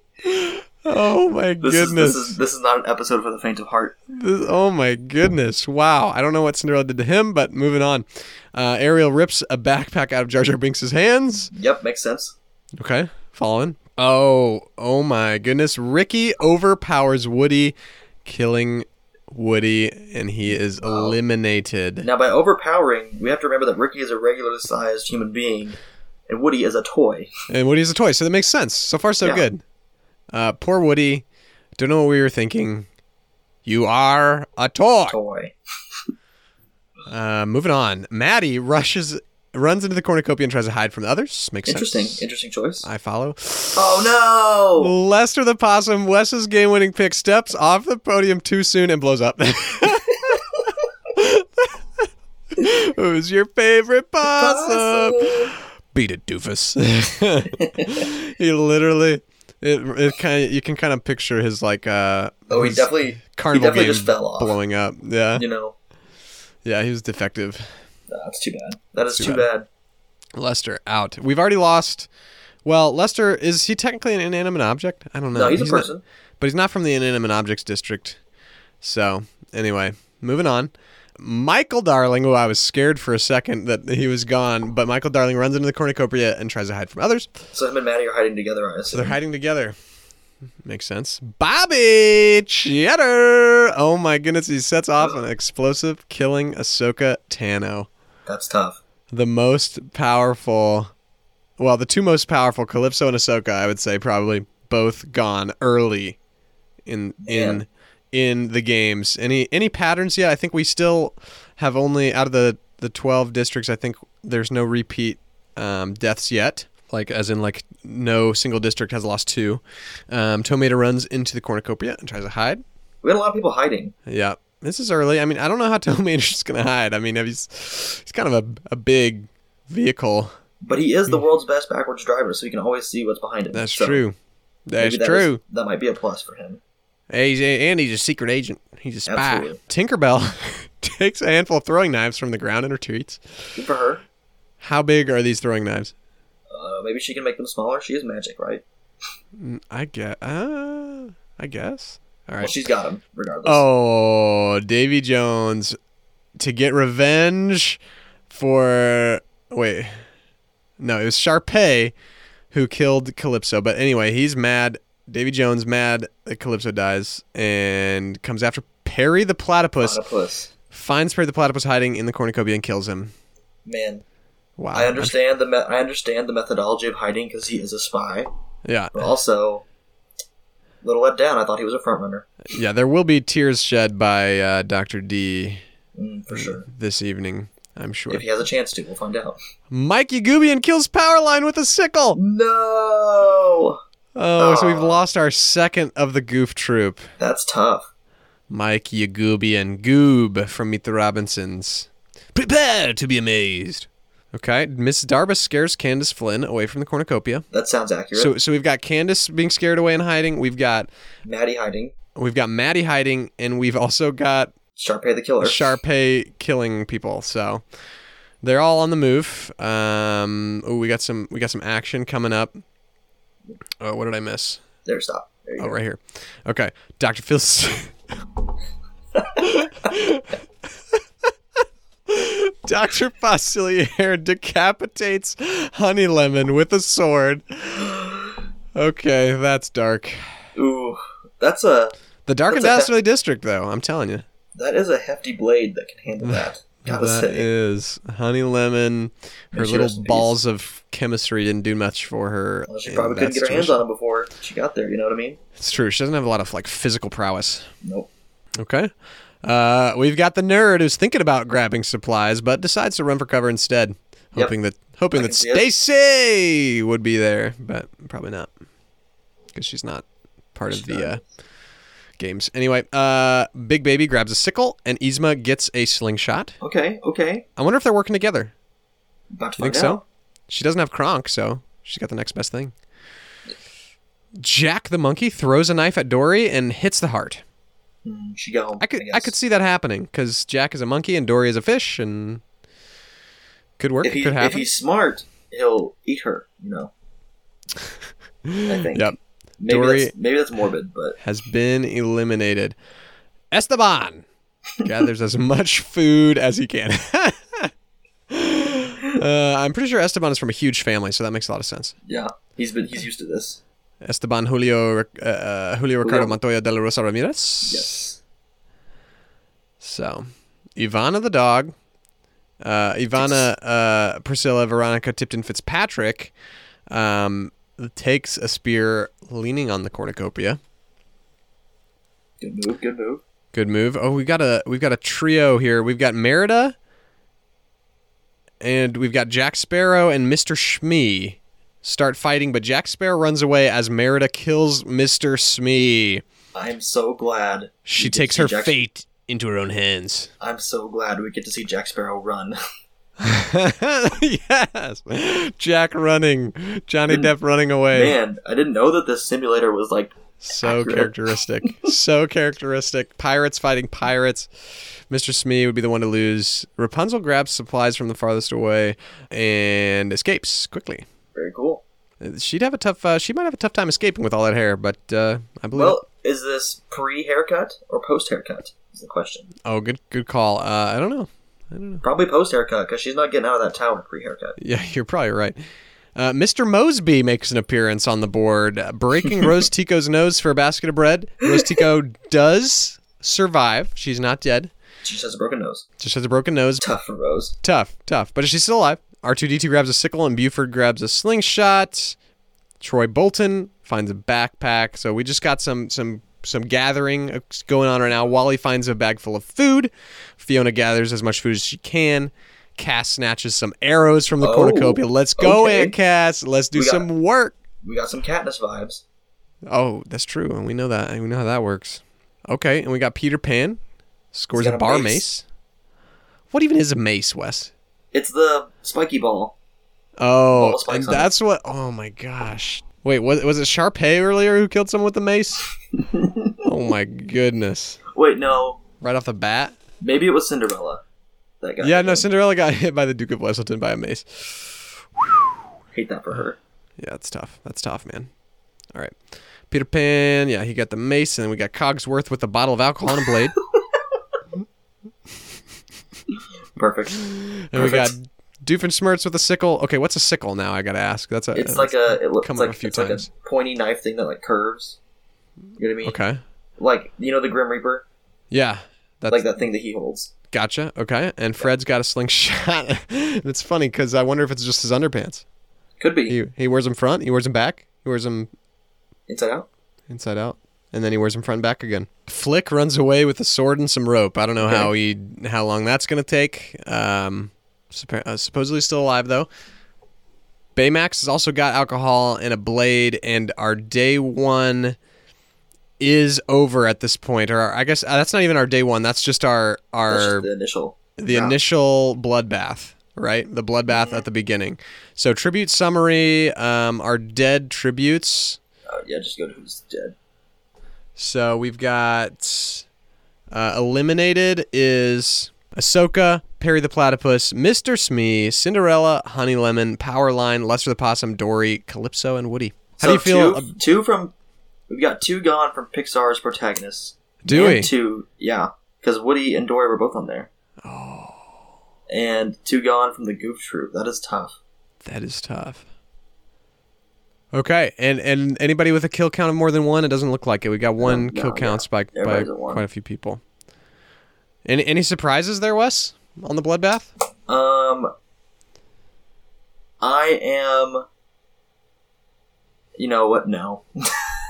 Speaker 1: oh my
Speaker 2: This
Speaker 1: goodness!
Speaker 2: is this is this is not an episode for the faint of heart.
Speaker 1: This, oh my goodness! Wow, I don't know what Cinderella did to him, but moving on. Uh, Ariel rips a backpack out of Jar Jar Binks' hands.
Speaker 2: Yep, makes sense.
Speaker 1: Okay, fallen. Oh, oh my goodness! Ricky overpowers Woody, killing Woody, and he is eliminated.
Speaker 2: Now, by overpowering, we have to remember that Ricky is a regular sized human being, and Woody is a toy.
Speaker 1: And Woody's a toy, so that makes sense. So far, so
Speaker 2: Yeah.
Speaker 1: good. Uh, poor Woody. Don't know what we were thinking. You are a toy.
Speaker 2: toy.
Speaker 1: Uh, moving on. Maddie rushes, runs into the cornucopia and tries to hide from the others. Makes
Speaker 2: Interesting,
Speaker 1: sense.
Speaker 2: interesting choice.
Speaker 1: I follow.
Speaker 2: Oh no!
Speaker 1: Lester the possum, Wes's game winning pick, steps off the podium too soon and blows up. Who's your favorite possum? Beat it, doofus. he literally, it, it kind of you can kind of picture his like uh
Speaker 2: Oh, he
Speaker 1: his
Speaker 2: definitely, he
Speaker 1: carnival
Speaker 2: definitely
Speaker 1: game
Speaker 2: just fell off.
Speaker 1: blowing up. Yeah,
Speaker 2: You know,
Speaker 1: yeah, he was defective.
Speaker 2: that's too bad. That is
Speaker 1: Too
Speaker 2: too, bad.
Speaker 1: Lester out. We've already lost. Well, Lester is he technically an inanimate object? I don't know.
Speaker 2: No, he's, a
Speaker 1: not-
Speaker 2: person.
Speaker 1: but he's not from the inanimate objects district. So anyway, moving on. Michael Darling, who I was scared for a second that he was gone, but Michael Darling runs into the cornucopia and tries to hide from others.
Speaker 2: So him and Maddie are hiding together, I
Speaker 1: So
Speaker 2: assume.
Speaker 1: they're hiding together. Makes sense. Bobby Cheddar. Oh my goodness, he sets off an explosive, killing Ahsoka Tano,
Speaker 2: That's tough.
Speaker 1: the most powerful. Well, the two most powerful, Calypso and Ahsoka, I would say probably both gone early in in in the games. Any any patterns yet? I think we still have only out of the the twelve districts. I think there's no repeat um, deaths yet. Like as in like no single district has lost two. Um, Tomata runs into the cornucopia and tries to hide.
Speaker 2: We had a lot of people hiding.
Speaker 1: Yeah, this is early. I mean, I don't know how Tomata's gonna hide. I mean, if he's he's kind of a, a big vehicle.
Speaker 2: But he is the world's best backwards driver, so you can always see what's behind him.
Speaker 1: Hmm. That's
Speaker 2: So
Speaker 1: true. That's
Speaker 2: maybe that is-
Speaker 1: true.
Speaker 2: that might be a plus for him.
Speaker 1: Hey, he's a, and he's a secret agent. He's a spy.
Speaker 2: Absolutely.
Speaker 1: Tinkerbell takes a handful of throwing knives from the ground and retreats.
Speaker 2: Good for her.
Speaker 1: How big are these throwing knives?
Speaker 2: Uh, maybe she can make them smaller. She is magic, right?
Speaker 1: I get. Uh, I guess. All
Speaker 2: Well,
Speaker 1: right.
Speaker 2: she's got them, regardless.
Speaker 1: Oh, Davy Jones to get revenge for wait. No, it was Sharpay who killed Calypso. But anyway, he's mad. Davy Jones mad that Calypso dies and comes after Perry the platypus.
Speaker 2: Platypus.
Speaker 1: finds Perry the Platypus hiding in the cornucopia and kills him.
Speaker 2: Man,
Speaker 1: Wow.
Speaker 2: I understand the me- I understand the methodology of hiding because he is a spy,
Speaker 1: Yeah,
Speaker 2: but also a little let down. I thought he was a front runner
Speaker 1: yeah. There will be tears shed by uh, Doctor D
Speaker 2: mm, for sure.
Speaker 1: this evening. I'm sure.
Speaker 2: If he has a chance to, we'll find out.
Speaker 1: Mikey Goobian kills Powerline with a sickle.
Speaker 2: No,
Speaker 1: Oh, so we've
Speaker 2: Aw.
Speaker 1: lost our second of the goof troop.
Speaker 2: that's tough.
Speaker 1: Mike Yagubian Goob from Meet the Robinsons. Prepare to be amazed. Okay, Miss Darba scares Candace Flynn away from the cornucopia.
Speaker 2: That sounds accurate.
Speaker 1: So, so we've got Candace being scared away and hiding. We've got
Speaker 2: Maddie hiding,
Speaker 1: we've got Maddie hiding, and we've also got
Speaker 2: Sharpay the killer.
Speaker 1: Sharpay killing people. So they're all on the move. Um, ooh, we got some we got some action coming up. Oh, what did I miss?
Speaker 2: there, stop. There you
Speaker 1: Oh,
Speaker 2: go.
Speaker 1: right here. Okay, Doctor Phil's. Dr. Facilier decapitates Honey Lemon with a sword. Okay, that's dark.
Speaker 2: Ooh, that's a
Speaker 1: The Dark and
Speaker 2: That's a-
Speaker 1: Dastardly District, though, I'm telling you.
Speaker 2: that is a hefty blade that can handle that. Gotta
Speaker 1: That
Speaker 2: say,
Speaker 1: is honey lemon. Her
Speaker 2: May she rest
Speaker 1: little
Speaker 2: in peace.
Speaker 1: balls of chemistry didn't do much for her.
Speaker 2: well, she
Speaker 1: in
Speaker 2: probably
Speaker 1: that
Speaker 2: couldn't get her hands
Speaker 1: situation.
Speaker 2: on him before she got there. You know what I mean?
Speaker 1: It's true. She doesn't have a lot of like physical prowess.
Speaker 2: Nope.
Speaker 1: Okay. Uh, we've got the nerd who's thinking about grabbing supplies, but decides to run for cover instead,
Speaker 2: Yep.
Speaker 1: hoping that hoping
Speaker 2: I
Speaker 1: that
Speaker 2: can see it.
Speaker 1: Stacy would be there, but probably not, because she's not part of
Speaker 2: She's
Speaker 1: the
Speaker 2: not.
Speaker 1: uh, games. Anyway, uh, Big Baby grabs a sickle, and Yzma gets a slingshot.
Speaker 2: Okay, okay.
Speaker 1: I wonder if they're working together.
Speaker 2: About to
Speaker 1: You think
Speaker 2: find
Speaker 1: so?
Speaker 2: out.
Speaker 1: She doesn't have Kronk, so she's got the next best thing. Jack the monkey throws a knife at Dory and hits the heart.
Speaker 2: Mm, she got home.
Speaker 1: I could I,
Speaker 2: guess.
Speaker 1: could see that happening because Jack is a monkey and Dory is a fish, and could work,
Speaker 2: If, he,
Speaker 1: could
Speaker 2: if
Speaker 1: happen.
Speaker 2: he's smart, he'll eat her. You know. I think.
Speaker 1: Yep,
Speaker 2: Maybe
Speaker 1: Dory-
Speaker 2: that's, maybe that's morbid, but
Speaker 1: has been eliminated. Esteban gathers as much food as he can. uh, I'm pretty sure Esteban is from a huge family, so that makes a lot of sense.
Speaker 2: yeah, he's been he's used to this.
Speaker 1: Esteban Julio uh, uh, Julio Ricardo
Speaker 2: Julio.
Speaker 1: Montoya de la Rosa Ramirez.
Speaker 2: Yes.
Speaker 1: So, Ivana the dog, uh, Ivana, uh, Priscilla, Veronica, Tipton, Fitzpatrick um, takes a spear leaning on the cornucopia.
Speaker 2: Good move. Good move.
Speaker 1: Good move. Oh, we got a we've got a trio here. We've got Merida, and we've got Jack Sparrow and Mister Shmee start fighting, but Jack Sparrow runs away as Merida kills Mister Shmee.
Speaker 2: I'm so glad
Speaker 1: She
Speaker 2: we get to
Speaker 1: takes
Speaker 2: see
Speaker 1: her
Speaker 2: Jack-
Speaker 1: fate into her own hands.
Speaker 2: I'm so glad we get to see Jack Sparrow run.
Speaker 1: yes, Jack running, Johnny Depp running away.
Speaker 2: Man, I didn't know that this simulator was like
Speaker 1: So
Speaker 2: Accurate.
Speaker 1: characteristic. so characteristic. Pirates fighting pirates. Mr. Smee would be the one to lose. Rapunzel grabs supplies from the farthest away and escapes quickly.
Speaker 2: very cool.
Speaker 1: Uh, She'd have a tough. Uh, she might have a tough time escaping with all that hair, but uh, I believe.
Speaker 2: Well, is this pre haircut or post haircut? Is the question.
Speaker 1: oh, good, good call. Uh, I don't know. I don't know.
Speaker 2: Probably post haircut because she's not getting out of that tower pre haircut.
Speaker 1: Yeah, you're probably right. Uh, Mr. Mosby makes an appearance on the board, uh, breaking Rose Tico's nose for a basket of bread. Rose Tico does survive. She's not dead.
Speaker 2: She just has a broken nose.
Speaker 1: Just has a broken nose,
Speaker 2: Tough for Rose.
Speaker 1: Tough, tough. But she's still alive. R2D2 grabs a sickle and Buford grabs a slingshot. Troy Bolton finds a backpack. So we just got some some some gathering going on right now. Wally finds a bag full of food. Fiona gathers as much food as she can. Cass snatches some arrows from the
Speaker 2: Oh,
Speaker 1: cornucopia. Let's go,
Speaker 2: okay.
Speaker 1: Aunt Cass. Let's do
Speaker 2: We got-
Speaker 1: some work.
Speaker 2: We got some Katniss vibes.
Speaker 1: Oh, that's true. And we know that. And we know how that works. Okay, and we got Peter Pan. Scores
Speaker 2: He's
Speaker 1: a
Speaker 2: got a
Speaker 1: bar
Speaker 2: mace.
Speaker 1: mace. What even is a mace, Wes?
Speaker 2: It's the spiky ball.
Speaker 1: Oh,
Speaker 2: Ball
Speaker 1: and
Speaker 2: spikes on it.
Speaker 1: that's what. Oh my gosh! Wait, was was it Sharpay earlier who killed someone with a mace? oh my goodness!
Speaker 2: Wait, no.
Speaker 1: Right off the bat.
Speaker 2: Maybe it was Cinderella. That guy.
Speaker 1: Yeah, no, Cinderella got hit by the Duke of Wesselton by a mace.
Speaker 2: Hate that for her.
Speaker 1: Yeah, that's tough. That's tough, man. All right, Peter Pan. Yeah, he got the mace, and then we got Cogsworth with a bottle of alcohol and a blade,
Speaker 2: Perfect.
Speaker 1: and we got
Speaker 2: Perfect.
Speaker 1: Doofenshmirtz with a sickle. Okay, what's a sickle now? I gotta ask. That's a.
Speaker 2: It's like a it looks
Speaker 1: Uh, come up
Speaker 2: like
Speaker 1: a few
Speaker 2: it's like
Speaker 1: times.
Speaker 2: a pointy knife thing that like curves. You know what I mean?
Speaker 1: Okay.
Speaker 2: Like you know the Grim Reaper,
Speaker 1: Yeah. That's,
Speaker 2: like that thing that he holds.
Speaker 1: Gotcha. Okay. And Fred's got a slingshot. and it's funny because I wonder if it's just his underpants.
Speaker 2: Could be
Speaker 1: He he wears them front. He wears them back. He wears them
Speaker 2: inside out.
Speaker 1: inside out, and then he wears them front and back again. Flick runs away with a sword and some rope. I don't know how he how long that's gonna take. Um, suppo- uh, supposedly still alive though. Baymax has also got alcohol and a blade, and our day one is over at this point. Or our, I guess uh, that's not even our day one. That's just our our
Speaker 2: That's just the initial.
Speaker 1: the
Speaker 2: Yeah. Mm-hmm.
Speaker 1: initial bloodbath, right? The bloodbath at the beginning. So tribute summary um, are dead tributes.
Speaker 2: Uh, yeah, just go to who's dead.
Speaker 1: So we've got uh, eliminated is Ahsoka, Perry the Platypus, Mr. Smee, Cinderella, Honey Lemon, Powerline, Lester the Possum, Dory, Calypso, and Woody. How do you feel?
Speaker 2: Two,
Speaker 1: ab-
Speaker 2: two from we've got two gone from Pixar's protagonists.
Speaker 1: do
Speaker 2: and
Speaker 1: we?
Speaker 2: Two, yeah, because Woody and Dory were both on there. Oh. And two gone from the Goof Troop. That is tough.
Speaker 1: That is tough. Okay, and and anybody with a kill count of more than one, it doesn't look like it. We got one
Speaker 2: no,
Speaker 1: kill
Speaker 2: yeah.
Speaker 1: counts by, by
Speaker 2: Everybody's at one.
Speaker 1: quite a few people. Any any surprises there, Wes, on the bloodbath?
Speaker 2: Um, I am. You know what? No.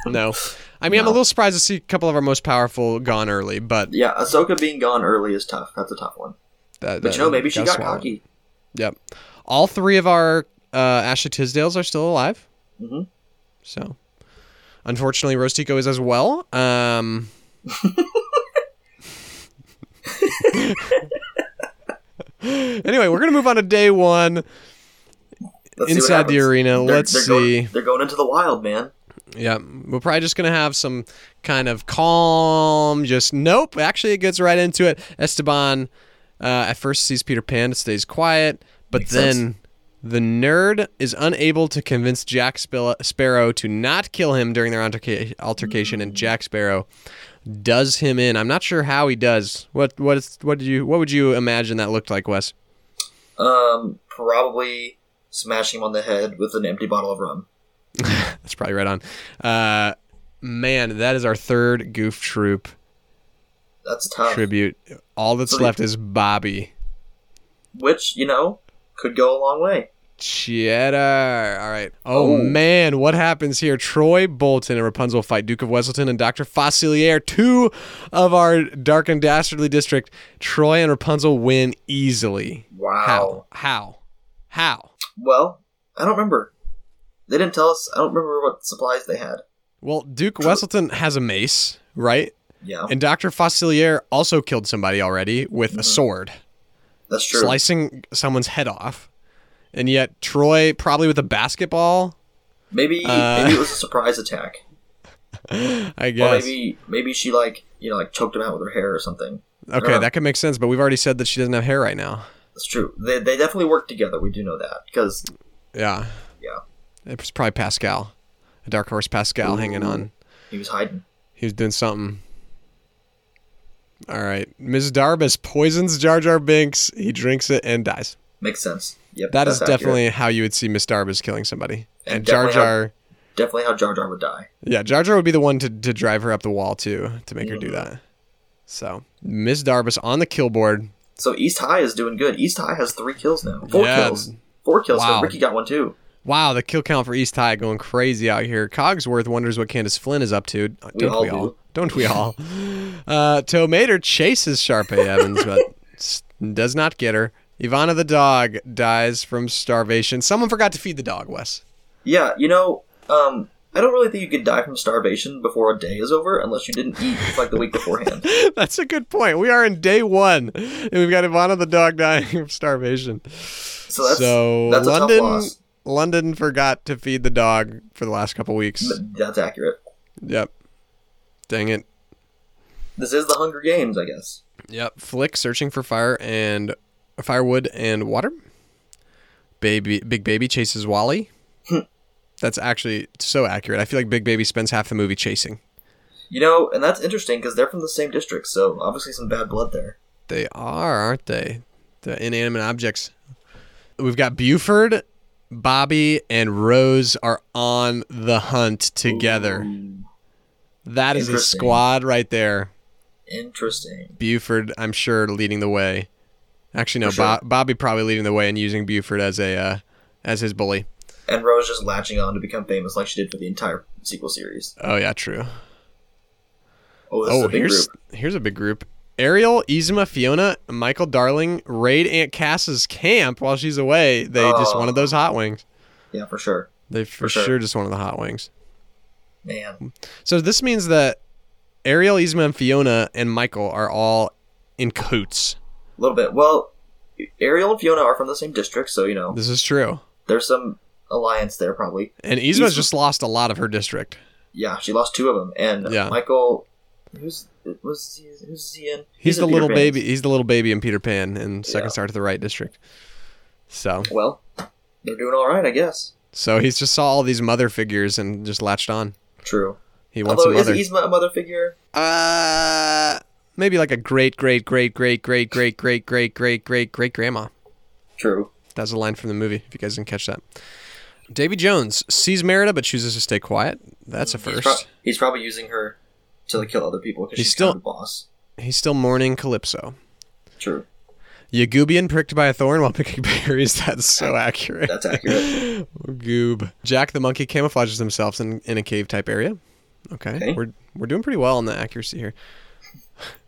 Speaker 1: No, I mean I'm a
Speaker 2: No.
Speaker 1: little surprised to see a couple of our most powerful gone early, but
Speaker 2: Yeah, Ahsoka being gone early is tough. That's a tough one.
Speaker 1: that,
Speaker 2: But
Speaker 1: that-
Speaker 2: you know, maybe she
Speaker 1: gotta
Speaker 2: got
Speaker 1: swallow it.
Speaker 2: cocky.
Speaker 1: Yep, all three of our uh, Ashley Tisdales are still alive.
Speaker 2: Mhm.
Speaker 1: So, unfortunately, Rose Tico is as well. Um, anyway, we're gonna move on to day one
Speaker 2: Let's see what
Speaker 1: inside the
Speaker 2: happens.
Speaker 1: arena.
Speaker 2: They're-
Speaker 1: Let's
Speaker 2: they're
Speaker 1: see.
Speaker 2: Going, they're going into the wild, man.
Speaker 1: Yeah, we're probably just gonna have some kind of calm. Just nope. Actually, it gets right into it. Esteban uh, at first sees Peter Pan, stays quiet, but
Speaker 2: Makes
Speaker 1: then
Speaker 2: sense.
Speaker 1: the nerd is unable to convince Jack Spil- Sparrow to not kill him during their alterca- altercation, and Jack Sparrow does him in. I'm not sure how he does. What what is what did you what would you imagine that looked like, Wes?
Speaker 2: Um, probably smashing him on the head with an empty bottle of rum.
Speaker 1: That's probably right on. Uh, man, that is our third goof troop.
Speaker 2: That's tough.
Speaker 1: tribute. All that's
Speaker 2: So they-
Speaker 1: left is Bobby.
Speaker 2: Which you know could go a long way.
Speaker 1: Cheddar. All right. Oh,
Speaker 2: Oh.
Speaker 1: man, what happens here? Troy Bolton and Rapunzel fight Duke of Wesselton and Dr. Fossilier, two of our dark and dastardly district. Troy and Rapunzel win easily.
Speaker 2: Wow.
Speaker 1: How? How? How?
Speaker 2: Well, I don't remember. They didn't tell us. I don't remember what supplies they had.
Speaker 1: Well, Duke Wesselton has a mace, right?
Speaker 2: Yeah,
Speaker 1: And Dr. Fossilier also killed somebody already with a sword.
Speaker 2: that's Mm-hmm. true.
Speaker 1: slicing someone's head off. And yet Troy probably with a basketball,
Speaker 2: Maybe
Speaker 1: Uh,
Speaker 2: maybe it was a surprise attack,
Speaker 1: I guess.
Speaker 2: or maybe maybe she like you know like choked him out with her hair or something.
Speaker 1: okay,
Speaker 2: uh,
Speaker 1: that could make sense, but we've already said that she doesn't have hair right now.
Speaker 2: That's true. They they definitely work together. We do know that because
Speaker 1: Yeah.
Speaker 2: Yeah.
Speaker 1: It was probably Pascal. A dark horse Pascal hanging
Speaker 2: Ooh.
Speaker 1: on.
Speaker 2: he was hiding.
Speaker 1: He was doing something. All right. Ms. Darbus poisons Jar Jar Binks. He drinks it and dies.
Speaker 2: Makes sense. Yep,
Speaker 1: That is
Speaker 2: that's accurate.
Speaker 1: definitely how you would see Miss Darbus killing somebody.
Speaker 2: And
Speaker 1: And, Jar
Speaker 2: definitely how-
Speaker 1: Jar.
Speaker 2: definitely how Jar Jar would die.
Speaker 1: Yeah, Jar Jar would be the one to, to drive her up the wall too to make her
Speaker 2: Mm-hmm.
Speaker 1: do that. So Ms. Darbus on the kill board.
Speaker 2: So East High is doing good. East High has three kills now. Four
Speaker 1: Yeah.
Speaker 2: kills. Four kills.
Speaker 1: Wow.
Speaker 2: So Ricky got one too.
Speaker 1: Wow, the kill count for East High going crazy out here. Cogsworth wonders what Candace Flynn is up to. Don't we all?
Speaker 2: all do.
Speaker 1: Don't we all? uh, Tomater chases Sharpay Evans, but s- does not get her. Ivana the dog dies from starvation. Someone forgot to feed the dog, Wes.
Speaker 2: Yeah, you know, um, I don't really think you could die from starvation before a day is over unless you didn't eat like the week beforehand.
Speaker 1: That's a good point. We are in day one, and we've got Ivana the dog dying of starvation.
Speaker 2: So that's
Speaker 1: so
Speaker 2: that's a
Speaker 1: London,
Speaker 2: tough loss.
Speaker 1: London forgot to feed the dog for the last couple weeks.
Speaker 2: But That's accurate.
Speaker 1: Yep. Dang it.
Speaker 2: This is the Hunger Games, I guess.
Speaker 1: Yep. Flick searching for fire and firewood and water. Baby, big baby chases Wally.
Speaker 2: Hmm.
Speaker 1: That's actually so accurate. I feel like Big Baby spends half the movie chasing.
Speaker 2: You know, and that's interesting because they're from the same district, so obviously some bad blood there.
Speaker 1: They are, aren't they? The inanimate objects. We've got Buford, Bobby, and Rose are on the hunt together.
Speaker 2: Ooh,
Speaker 1: That is a
Speaker 2: Interesting.
Speaker 1: squad right there.
Speaker 2: interesting.
Speaker 1: Buford, I'm sure, leading the way. Actually, no,
Speaker 2: For sure.
Speaker 1: Bo- Bobby probably leading the way and using Buford as a uh, as his bully.
Speaker 2: And Rose just latching on to become famous like she did for the entire sequel series.
Speaker 1: Oh yeah, true.
Speaker 2: Oh, this is
Speaker 1: oh,
Speaker 2: a big
Speaker 1: here's
Speaker 2: group.
Speaker 1: here's a big group. Ariel, Izuma, Fiona, Michael Darling raid Aunt Cass's camp while she's away. They just
Speaker 2: Oh.
Speaker 1: wanted those hot wings.
Speaker 2: Yeah, for sure.
Speaker 1: They for,
Speaker 2: sure.
Speaker 1: sure just wanted the hot wings.
Speaker 2: Man,
Speaker 1: So this means that Ariel, Yzma, and Fiona and Michael are all in coots.
Speaker 2: a little bit. Well, Ariel and Fiona are from the same district, so you know
Speaker 1: This is true.
Speaker 2: there's some alliance there probably.
Speaker 1: And Yzma's
Speaker 2: Yzma-
Speaker 1: just lost a lot of her district.
Speaker 2: Yeah, she lost two of them, and
Speaker 1: Yeah.
Speaker 2: Michael, who's was he, who's he in?
Speaker 1: He's,
Speaker 2: in
Speaker 1: the
Speaker 2: Peter
Speaker 1: little
Speaker 2: Pan.
Speaker 1: baby. He's the little baby in Peter Pan in Second
Speaker 2: Yeah.
Speaker 1: Star to the Right district. So,
Speaker 2: Well, they're doing all right, I guess.
Speaker 1: so he's just saw all these mother figures and just latched on.
Speaker 2: True.
Speaker 1: He wants
Speaker 2: Although
Speaker 1: a mother.
Speaker 2: is Yzma a mother figure?
Speaker 1: uh, maybe like a great, great, great, great, great, great, great, great, great, great, great grandma.
Speaker 2: True.
Speaker 1: That's a line from the movie. If you guys didn't catch that, Davy Jones sees Merida but chooses to stay quiet. That's a
Speaker 2: He's,
Speaker 1: first.
Speaker 2: pro- he's probably using her to like, kill other people because
Speaker 1: He's
Speaker 2: she's
Speaker 1: still-
Speaker 2: still the boss.
Speaker 1: He's still mourning Calypso.
Speaker 2: True.
Speaker 1: Yagubian pricked by a thorn while picking berries. That's so accurate.
Speaker 2: That's accurate.
Speaker 1: Goob. Jack the monkey camouflages themselves in, in a cave type area. Okay.
Speaker 2: Okay.
Speaker 1: We're we're doing pretty well on the accuracy here.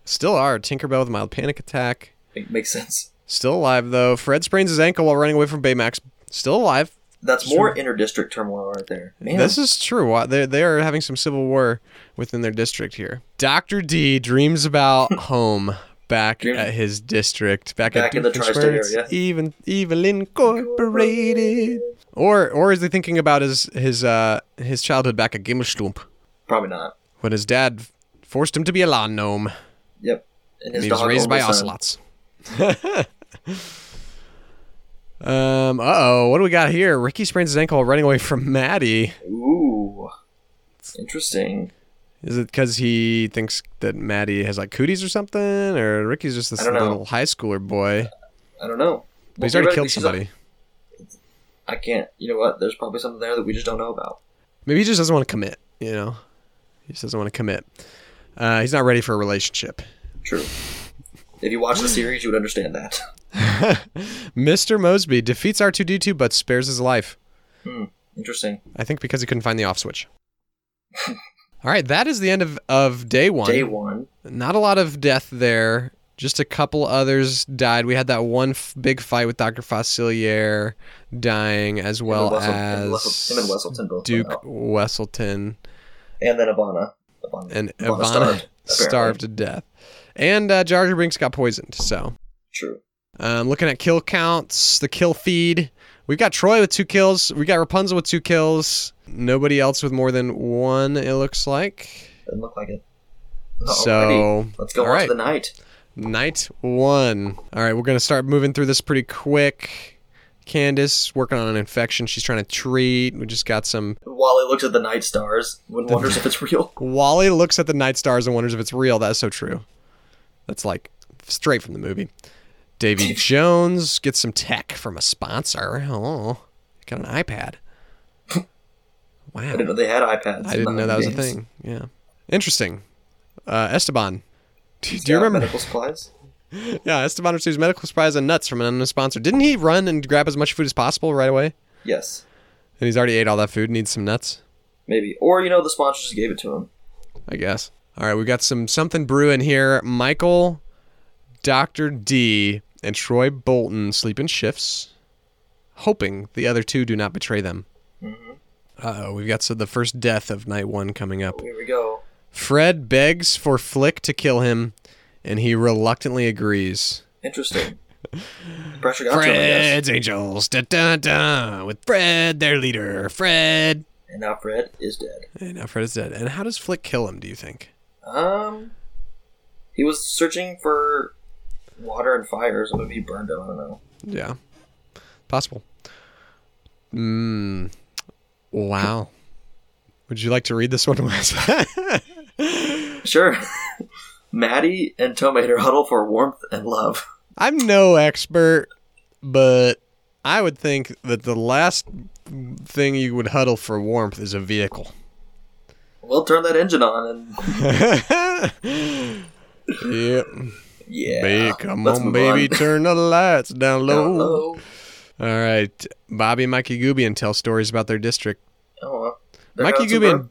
Speaker 1: Still are. Tinkerbell with a mild panic attack.
Speaker 2: It makes sense.
Speaker 1: Still alive though. Fred sprains his ankle while running away from Baymax. Still alive.
Speaker 2: That's more inter district turmoil right there. Man,
Speaker 1: This is true. Why- They they are having some civil war within their district here. Doctor D dreams about home back
Speaker 2: Dreams-
Speaker 1: at his district, back,
Speaker 2: Back
Speaker 1: at
Speaker 2: in the
Speaker 1: Duke
Speaker 2: tri-state
Speaker 1: Square. It's
Speaker 2: area.
Speaker 1: Even evil incorporated. Or or is he thinking about his his uh his childhood back at Gimmelstump
Speaker 2: probably not.
Speaker 1: when his dad forced him to be a lawn gnome
Speaker 2: Yep. And
Speaker 1: and he was
Speaker 2: dog
Speaker 1: raised by
Speaker 2: only son.
Speaker 1: ocelots. um. Uh oh. What do we got here? Ricky sprains his ankle while running away from Maddie.
Speaker 2: Ooh. Interesting.
Speaker 1: Is it because he thinks that Maddie has like cooties or something, or Ricky's just this
Speaker 2: I don't know.
Speaker 1: little high schooler boy?
Speaker 2: I don't know.
Speaker 1: But he's
Speaker 2: Well,
Speaker 1: already
Speaker 2: theoretically,
Speaker 1: killed
Speaker 2: she's
Speaker 1: somebody.
Speaker 2: I can't. You know what? There's probably something there that we just don't know about.
Speaker 1: Maybe he just doesn't want to commit. You know, he just doesn't want to commit. Uh, he's not ready for a relationship.
Speaker 2: True. If you watch the series, you would understand that.
Speaker 1: Mr. Mosby defeats R2D2 but spares his life.
Speaker 2: Interesting.
Speaker 1: I think because he couldn't find the off switch. All right, that is the end of, of day one.
Speaker 2: Day one.
Speaker 1: Not a lot of death there. Just a couple others died. We had that one f- big fight with Dr. Fossilier dying, as well
Speaker 2: Wessel- and
Speaker 1: as
Speaker 2: Wessel- him and Wesselton both went
Speaker 1: Duke
Speaker 2: out.
Speaker 1: Wesselton
Speaker 2: and then Ivana. Ivana.
Speaker 1: and
Speaker 2: Ivana
Speaker 1: Ivana
Speaker 2: starved,
Speaker 1: starved, to
Speaker 2: apparently.
Speaker 1: death. And uh, Jar Jar Binks got poisoned. So,
Speaker 2: True.
Speaker 1: um, looking at kill counts, the kill feed, we've got Troy with two kills. We got Rapunzel with two kills. Nobody else with more than one. It looks like.
Speaker 2: Doesn't look like it. Alrighty.
Speaker 1: So
Speaker 2: let's go
Speaker 1: all
Speaker 2: on
Speaker 1: right.
Speaker 2: to the night.
Speaker 1: night one. All right, we're gonna start moving through this pretty quick. Candace working on an infection. She's trying to treat. We just got some.
Speaker 2: Wally looks at the night stars and wonders if it's real.
Speaker 1: Wally looks at the night stars and wonders if it's real. That's so true. That's like straight from the movie. Davy Jones gets some tech from a sponsor. Oh, got an iPad.
Speaker 2: I
Speaker 1: Wow.
Speaker 2: didn't know they had iPads.
Speaker 1: I
Speaker 2: in
Speaker 1: didn't
Speaker 2: the
Speaker 1: know that was a
Speaker 2: games.
Speaker 1: thing. Yeah. Interesting. Uh, Esteban. Do, do
Speaker 2: Yeah,
Speaker 1: you remember?
Speaker 2: medical supplies?
Speaker 1: Yeah, Esteban receives medical supplies and nuts from an unknown sponsor. Didn't he run and grab as much food as possible right away?
Speaker 2: Yes,
Speaker 1: And he's already ate all that food, needs some nuts,
Speaker 2: maybe. Or you know, the sponsors just gave it to him.
Speaker 1: I guess. All right, we got some something brew in here. Michael, Dr. D, and Troy Bolton sleep in shifts, hoping the other two do not betray them. Uh oh, we've got so the first death of night one coming up.
Speaker 2: Here we go.
Speaker 1: Fred begs for Flick to kill him, and he reluctantly agrees.
Speaker 2: Interesting. Pressure got to him, I guess.
Speaker 1: Fred's Angels, da da da, with Fred, their leader, Fred.
Speaker 2: And now Fred is dead.
Speaker 1: And now Fred is dead. And how does Flick kill him? Do you think?
Speaker 2: Um, he was searching for water and fire, so maybe he burned him. I don't know.
Speaker 1: Yeah, possible. Mm. Wow. Would you like to read this one, Wes?
Speaker 2: Sure. Maddie and Tomater huddle for warmth and love.
Speaker 1: I'm no expert, but I would think that the last thing you would huddle for warmth is a vehicle.
Speaker 2: We'll turn that engine on and
Speaker 1: yep.
Speaker 2: yeah.
Speaker 1: Babe, come
Speaker 2: let's
Speaker 1: on,
Speaker 2: move
Speaker 1: baby, turn the lights
Speaker 2: Down low.
Speaker 1: All right. Bobby and Mikey Goobian tell stories about their district.
Speaker 2: Oh, well. They're
Speaker 1: Mikey
Speaker 2: having some
Speaker 1: Gubin
Speaker 2: bro-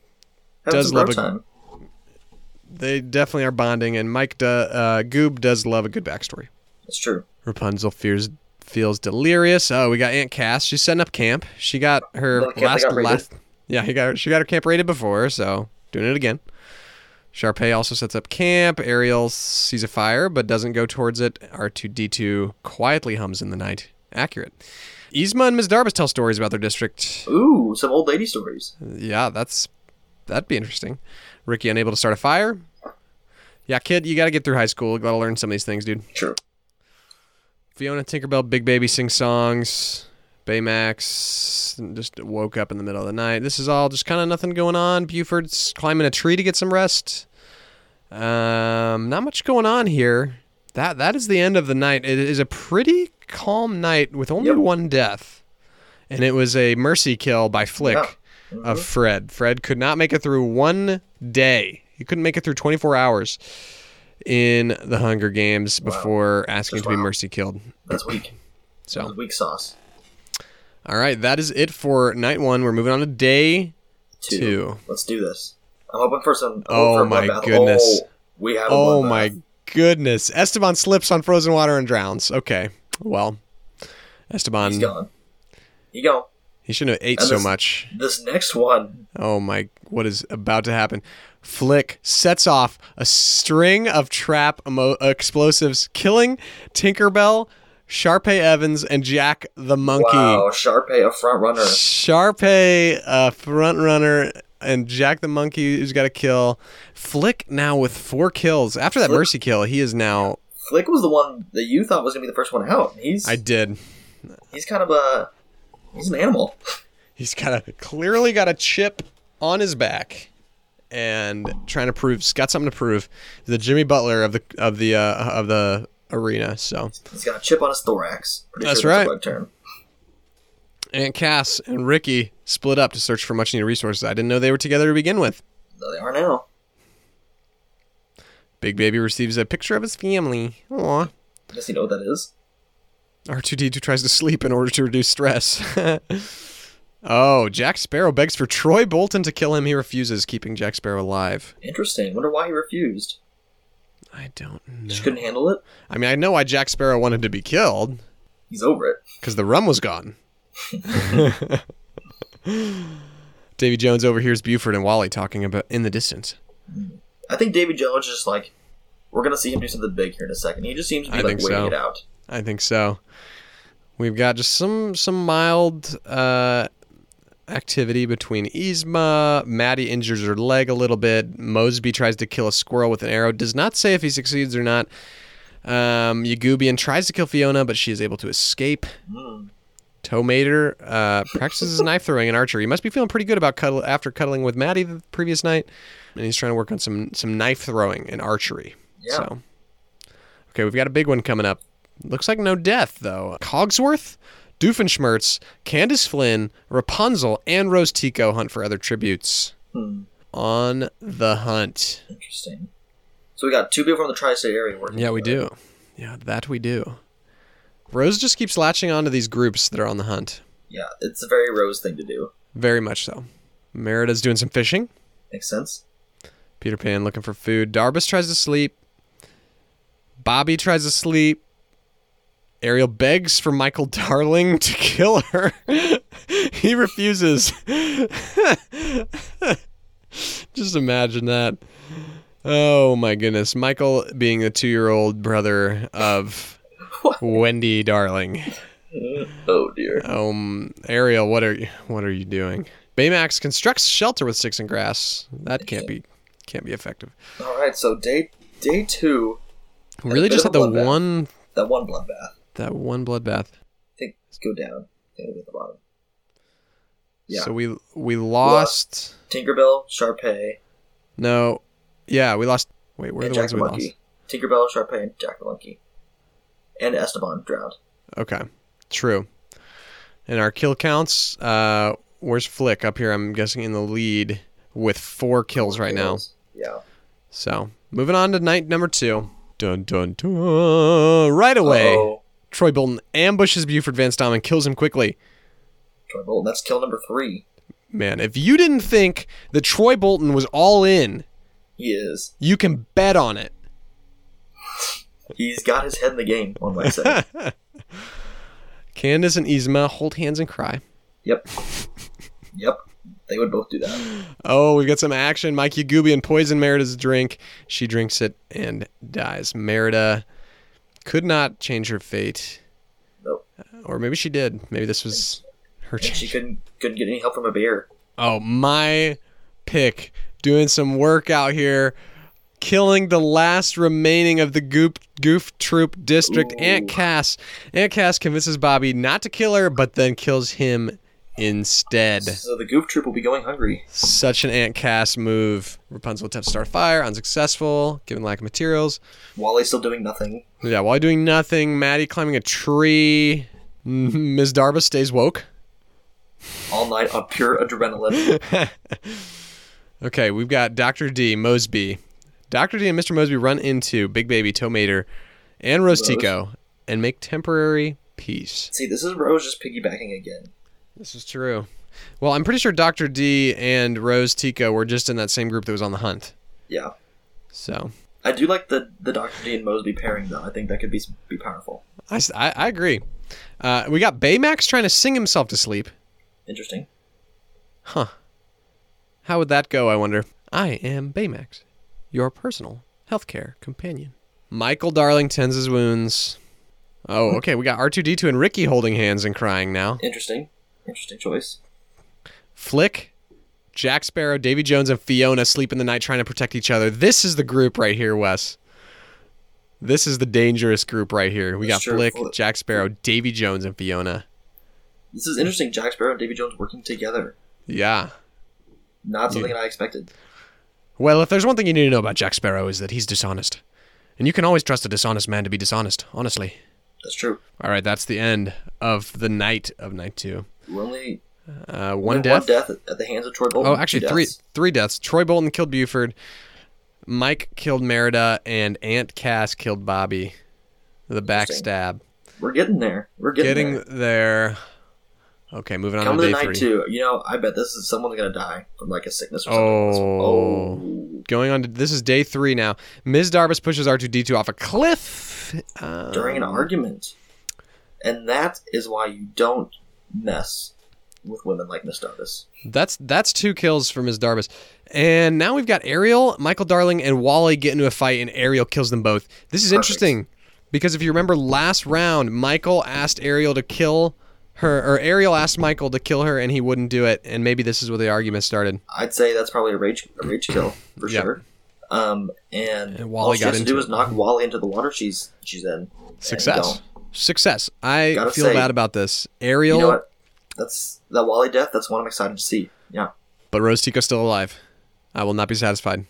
Speaker 2: having
Speaker 1: does
Speaker 2: some bro
Speaker 1: love a-
Speaker 2: time.
Speaker 1: They definitely are bonding, and Mike do, uh, Goob does love a good backstory.
Speaker 2: That's true.
Speaker 1: Rapunzel fears feels delirious. Oh, we got Aunt Cass. She's setting up camp. She got her
Speaker 2: The camp that
Speaker 1: last
Speaker 2: got raided.
Speaker 1: last. Yeah, he got her, she got her camp raided before, so doing it again. Sharpay also sets up camp. Ariel sees a fire but doesn't go towards it. R2D2 quietly hums in the night. Accurate. Yzma and Ms. Darbus tell stories about their district.
Speaker 2: Ooh, some old lady stories.
Speaker 1: Yeah, that's that'd be interesting. Ricky unable to start a fire. Yeah, kid, you got to get through high school. Got to learn some of these things, dude.
Speaker 2: True.
Speaker 1: Fiona Tinkerbell, Big Baby sing songs. Baymax just woke up in the middle of the night. This is all just kind of nothing going on. Buford's climbing a tree to get some rest. Um, not much going on here. That that is the end of the night. It is a pretty calm night with only
Speaker 2: Yep.
Speaker 1: one death, and it was a mercy kill by Flick
Speaker 2: Yeah. Mm-hmm.
Speaker 1: of Fred. Fred could not make it through one day. He couldn't make it through 24 hours in the Hunger Games before asking
Speaker 2: Just
Speaker 1: to be
Speaker 2: wow.
Speaker 1: mercy killed.
Speaker 2: That's weak.
Speaker 1: So.
Speaker 2: That's weak sauce.
Speaker 1: All right, that is it for night one. We're moving on to day
Speaker 2: Two.
Speaker 1: Two.
Speaker 2: Let's do this. I'm hoping for some. I'm
Speaker 1: Oh
Speaker 2: hoping for a
Speaker 1: my
Speaker 2: bloodbath.
Speaker 1: goodness.
Speaker 2: Oh, we have. A
Speaker 1: Oh
Speaker 2: bloodbath.
Speaker 1: my goodness. Esteban slips on frozen water and drowns. Okay. Well,
Speaker 2: He's
Speaker 1: Esteban,
Speaker 2: gone. You go.
Speaker 1: he shouldn't have ate
Speaker 2: And
Speaker 1: so
Speaker 2: this-
Speaker 1: much.
Speaker 2: This next one.
Speaker 1: Oh my, what is about to happen? Flick sets off a string of trap emo- explosives, killing Tinkerbell, Sharpay Evans, and Jack the Monkey.
Speaker 2: Wow, Sharpay, a front runner.
Speaker 1: Sharpay, uh, front runner, and Jack the Monkey, who's got a kill. Flick now with four kills. After that
Speaker 2: Flick-
Speaker 1: mercy kill, he is now.
Speaker 2: Flick was the one that you thought was gonna be the first one out. He's
Speaker 1: I did.
Speaker 2: he's kind of a he's an animal.
Speaker 1: He's got a clearly got a chip on his back, and trying to prove. He's got something to prove. The Jimmy Butler of the of the uh, of the arena. So
Speaker 2: He's got a chip on his thorax. Pretty
Speaker 1: That's
Speaker 2: sure
Speaker 1: right.
Speaker 2: That's a bug term.
Speaker 1: Aunt Cass and Ricky split up to search for much needed resources. I didn't know they were together to begin with.
Speaker 2: No, they are now.
Speaker 1: Big Baby receives a picture of his family. Aww.
Speaker 2: I guess you know what that is.
Speaker 1: R2D2 tries to sleep in order to reduce stress. oh, Jack Sparrow begs for Troy Bolton to kill him. He refuses, keeping Jack Sparrow alive.
Speaker 2: Interesting. Wonder why he refused.
Speaker 1: I don't know.
Speaker 2: Just couldn't handle it.
Speaker 1: I mean, I know why Jack Sparrow wanted to be killed
Speaker 2: He's over it.
Speaker 1: because the rum was gone. Davy Jones overhears Buford and Wally talking about in the distance.
Speaker 2: I think Davy Jones is just like, we're gonna see him do something big here in a second. He just seems to be
Speaker 1: I
Speaker 2: like
Speaker 1: think
Speaker 2: waiting
Speaker 1: so.
Speaker 2: it out.
Speaker 1: I think so. We've got just some some mild uh, activity between Yzma. Maddie injures her leg a little bit. Mosby tries to kill a squirrel with an arrow. Does not say if he succeeds or not. Um, Yagubian tries to kill Fiona, but she is able to escape.
Speaker 2: Mm.
Speaker 1: Tomater uh, practices his knife throwing and archery. He must be feeling pretty good about cuddle after cuddling with Maddie the previous night, and he's trying to work on some some knife throwing and archery.
Speaker 2: Yeah.
Speaker 1: So, okay, we've got a big one coming up. Looks like no death though. Cogsworth, Doofenshmirtz, Candace Flynn, Rapunzel, and Rose Tico hunt for other tributes.
Speaker 2: Hmm.
Speaker 1: On the hunt.
Speaker 2: Interesting. So we got two people from the tri-state area working.
Speaker 1: Yeah, we
Speaker 2: together.
Speaker 1: do. Yeah, that we do. Rose just keeps latching onto these groups that are on the hunt.
Speaker 2: Yeah, it's a very Rose thing to do.
Speaker 1: Very much so. Merida's doing some fishing.
Speaker 2: Makes sense.
Speaker 1: Peter Pan looking for food. Darbus tries to sleep. Bobby tries to sleep. Ariel begs for Michael Darling to kill her. he refuses. Just imagine that. Oh my goodness. Michael being the two year old brother of
Speaker 2: What?
Speaker 1: Wendy Darling.
Speaker 2: Oh dear.
Speaker 1: Um, Ariel, what are you? What are you doing? Baymax constructs shelter with sticks and grass. That can't be, can't be effective.
Speaker 2: All right, so day day two,
Speaker 1: Really,
Speaker 2: bit
Speaker 1: just
Speaker 2: of
Speaker 1: had
Speaker 2: a
Speaker 1: the
Speaker 2: bloodbath.
Speaker 1: one,
Speaker 2: that one bloodbath.
Speaker 1: that one bloodbath.
Speaker 2: I think let's go down. I think we'll get the bottom. Yeah.
Speaker 1: So we we lost.
Speaker 2: Tinkerbell, Sharpay,
Speaker 1: No, yeah, we lost. Wait, where are
Speaker 2: and
Speaker 1: the
Speaker 2: Jack
Speaker 1: ones
Speaker 2: the
Speaker 1: we
Speaker 2: Monkey.
Speaker 1: lost?
Speaker 2: Tinkerbell, Sharpay, and Jack the Monkey, and Esteban drowned.
Speaker 1: Okay, true. And our kill counts. Uh, where's Flick up here? I'm guessing in the lead with four kills right now.
Speaker 2: Yeah.
Speaker 1: So moving on to night number two. Dun dun dun! Right away.
Speaker 2: Oh,
Speaker 1: Troy Bolton ambushes Buford Van Stom and kills him quickly.
Speaker 2: Troy Bolton. That's kill number three.
Speaker 1: Man, if you didn't think that Troy Bolton was all in,
Speaker 2: He is.
Speaker 1: you can bet on it.
Speaker 2: He's got his head in the game. One might say.
Speaker 1: Candace and Yzma hold hands and cry.
Speaker 2: yep. Yep. They would both do that.
Speaker 1: Oh, we've got some action. Mike Yagubian poison Merida's drink. She drinks it and dies. Merida could not change her fate. Uh,
Speaker 2: Nope.
Speaker 1: Or maybe she did. Maybe this was her
Speaker 2: And she
Speaker 1: change.
Speaker 2: couldn't couldn't get any help from a bear.
Speaker 1: Oh, my pick. Doing some work out here. Killing the last remaining of the Goop, Goof Troop district. Aunt
Speaker 2: Ooh.
Speaker 1: Cass. Aunt Cass convinces Bobby not to kill her, but then kills him instead.
Speaker 2: So the Goof Troop will be going hungry.
Speaker 1: Uh, Oh, Uh, Oh,
Speaker 2: We're getting there. We're getting,
Speaker 1: Getting
Speaker 2: there.
Speaker 1: there. Okay, moving on
Speaker 2: Come
Speaker 1: to
Speaker 2: to the
Speaker 1: day
Speaker 2: night
Speaker 1: three.
Speaker 2: too. You know, I bet this is someone's gonna die from like a sickness or something.
Speaker 1: Oh. Going on to this is day three now. Ms. Darbus pushes R2D2 off a cliff um,
Speaker 2: during an argument, and that is why you don't mess with women like Miss Davis.
Speaker 1: That's that's two kills for Ms. Darbus. And now we've got Ariel, Michael Darling, and Wally get into a fight, and Ariel kills them both. This is
Speaker 2: Perfect.
Speaker 1: interesting because if you remember last round, Michael asked Ariel to kill her, or Ariel asked Michael to kill her, and he wouldn't do it. And maybe this is where the argument started.
Speaker 2: I'd say that's probably a rage a rage kill for
Speaker 1: Yeah.
Speaker 2: sure. Um, and,
Speaker 1: And Wally
Speaker 2: all she
Speaker 1: got
Speaker 2: has to
Speaker 1: into
Speaker 2: do
Speaker 1: it. Mm-hmm.
Speaker 2: is knock Wally into the water she's she's in. and
Speaker 1: Success.
Speaker 2: don't.
Speaker 1: Success. I
Speaker 2: Gotta
Speaker 1: feel
Speaker 2: say-
Speaker 1: bad about this. Ariel,
Speaker 2: You know what? That's that Wally death. That's one I'm excited to see. Yeah,
Speaker 1: but Rose Tico's still alive. I will not be satisfied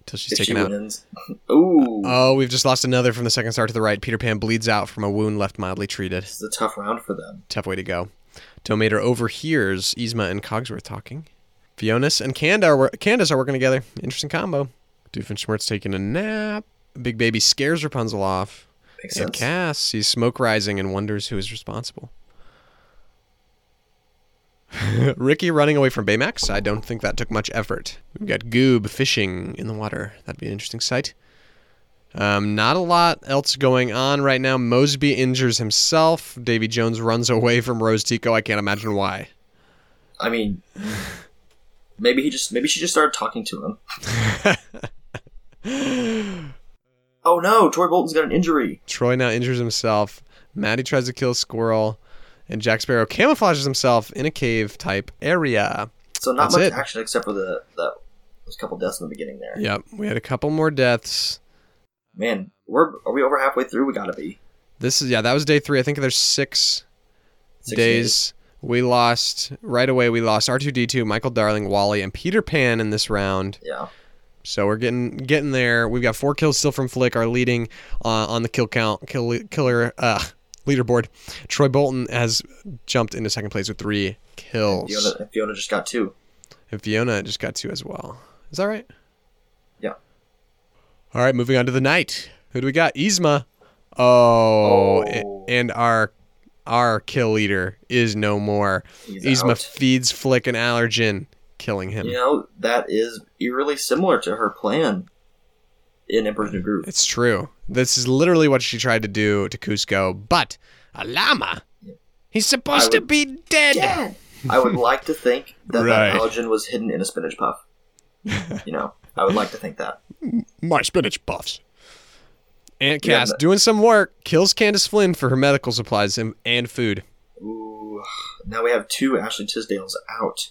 Speaker 1: until she's
Speaker 2: if she
Speaker 1: taken out.
Speaker 2: wins. Ooh,
Speaker 1: Oh, we've just lost another from the second star to the right. Peter Pan bleeds out from a wound left mildly treated.
Speaker 2: this is a tough round for them.
Speaker 1: Tough way to go. Tomater overhears Yzma and Cogsworth talking. Fionas and Canda are, wor- Candace are working together. Interesting combo. Doofenshmirtz taking a nap. Big Baby scares Rapunzel off.
Speaker 2: Makes
Speaker 1: And
Speaker 2: sense.
Speaker 1: Cass sees smoke rising and wonders who is responsible. Ricky running away from Baymax. I don't think that took much effort. We've got Goob fishing in the water. That'd be an interesting sight. Um, not a lot else going on right now. Mosby injures himself. Davy Jones runs away from Rose Tico. I can't imagine why.
Speaker 2: I mean, maybe he just maybe she just started talking to him. oh no, Troy Bolton's got an injury.
Speaker 1: Troy now injures himself. Maddie tries to kill Squirrel. And Jack Sparrow camouflages himself in a cave type area.
Speaker 2: So not
Speaker 1: That's
Speaker 2: much
Speaker 1: it.
Speaker 2: action except for the that those couple deaths in the beginning there.
Speaker 1: Yep, we had a couple more deaths.
Speaker 2: Man, we're are we over halfway through? We gotta be
Speaker 1: This is yeah, that was day three. I think there's six,
Speaker 2: Six
Speaker 1: days. We lost right away. We lost R two D two, Michael Darling, Wally, and Peter Pan in this round.
Speaker 2: Yeah,
Speaker 1: So we're getting getting there. We've got four kills still from Flick, our leading uh, on the kill count kill, killer uh, leaderboard. Troy Bolton has jumped into second place with three kills,
Speaker 2: Fiona, and Fiona just got two.
Speaker 1: and Fiona just got two as well. Is that right?
Speaker 2: Yeah.
Speaker 1: All right, moving on to the night. Who do we got? Yzma. Oh,
Speaker 2: Oh.
Speaker 1: a- and our our kill leader is no more.
Speaker 2: He's
Speaker 1: Yzma
Speaker 2: out.
Speaker 1: feeds Flick an allergen, killing him.
Speaker 2: You know that is eerily similar to her plan in Emperor's New Groove.
Speaker 1: It's true. This is literally what she tried to do to Cusco, but a llama. He's supposed
Speaker 2: I
Speaker 1: to
Speaker 2: would-
Speaker 1: be dead.
Speaker 2: I would like to think that
Speaker 1: Right.
Speaker 2: that allergen was hidden in a spinach puff. You know, I would like to think that.
Speaker 1: My spinach puffs. Aunt
Speaker 2: Yeah,
Speaker 1: Cass
Speaker 2: but-
Speaker 1: doing some work kills Candace Flynn for her medical supplies and, and food.
Speaker 2: Ooh, now we have two Ashley Tisdales out.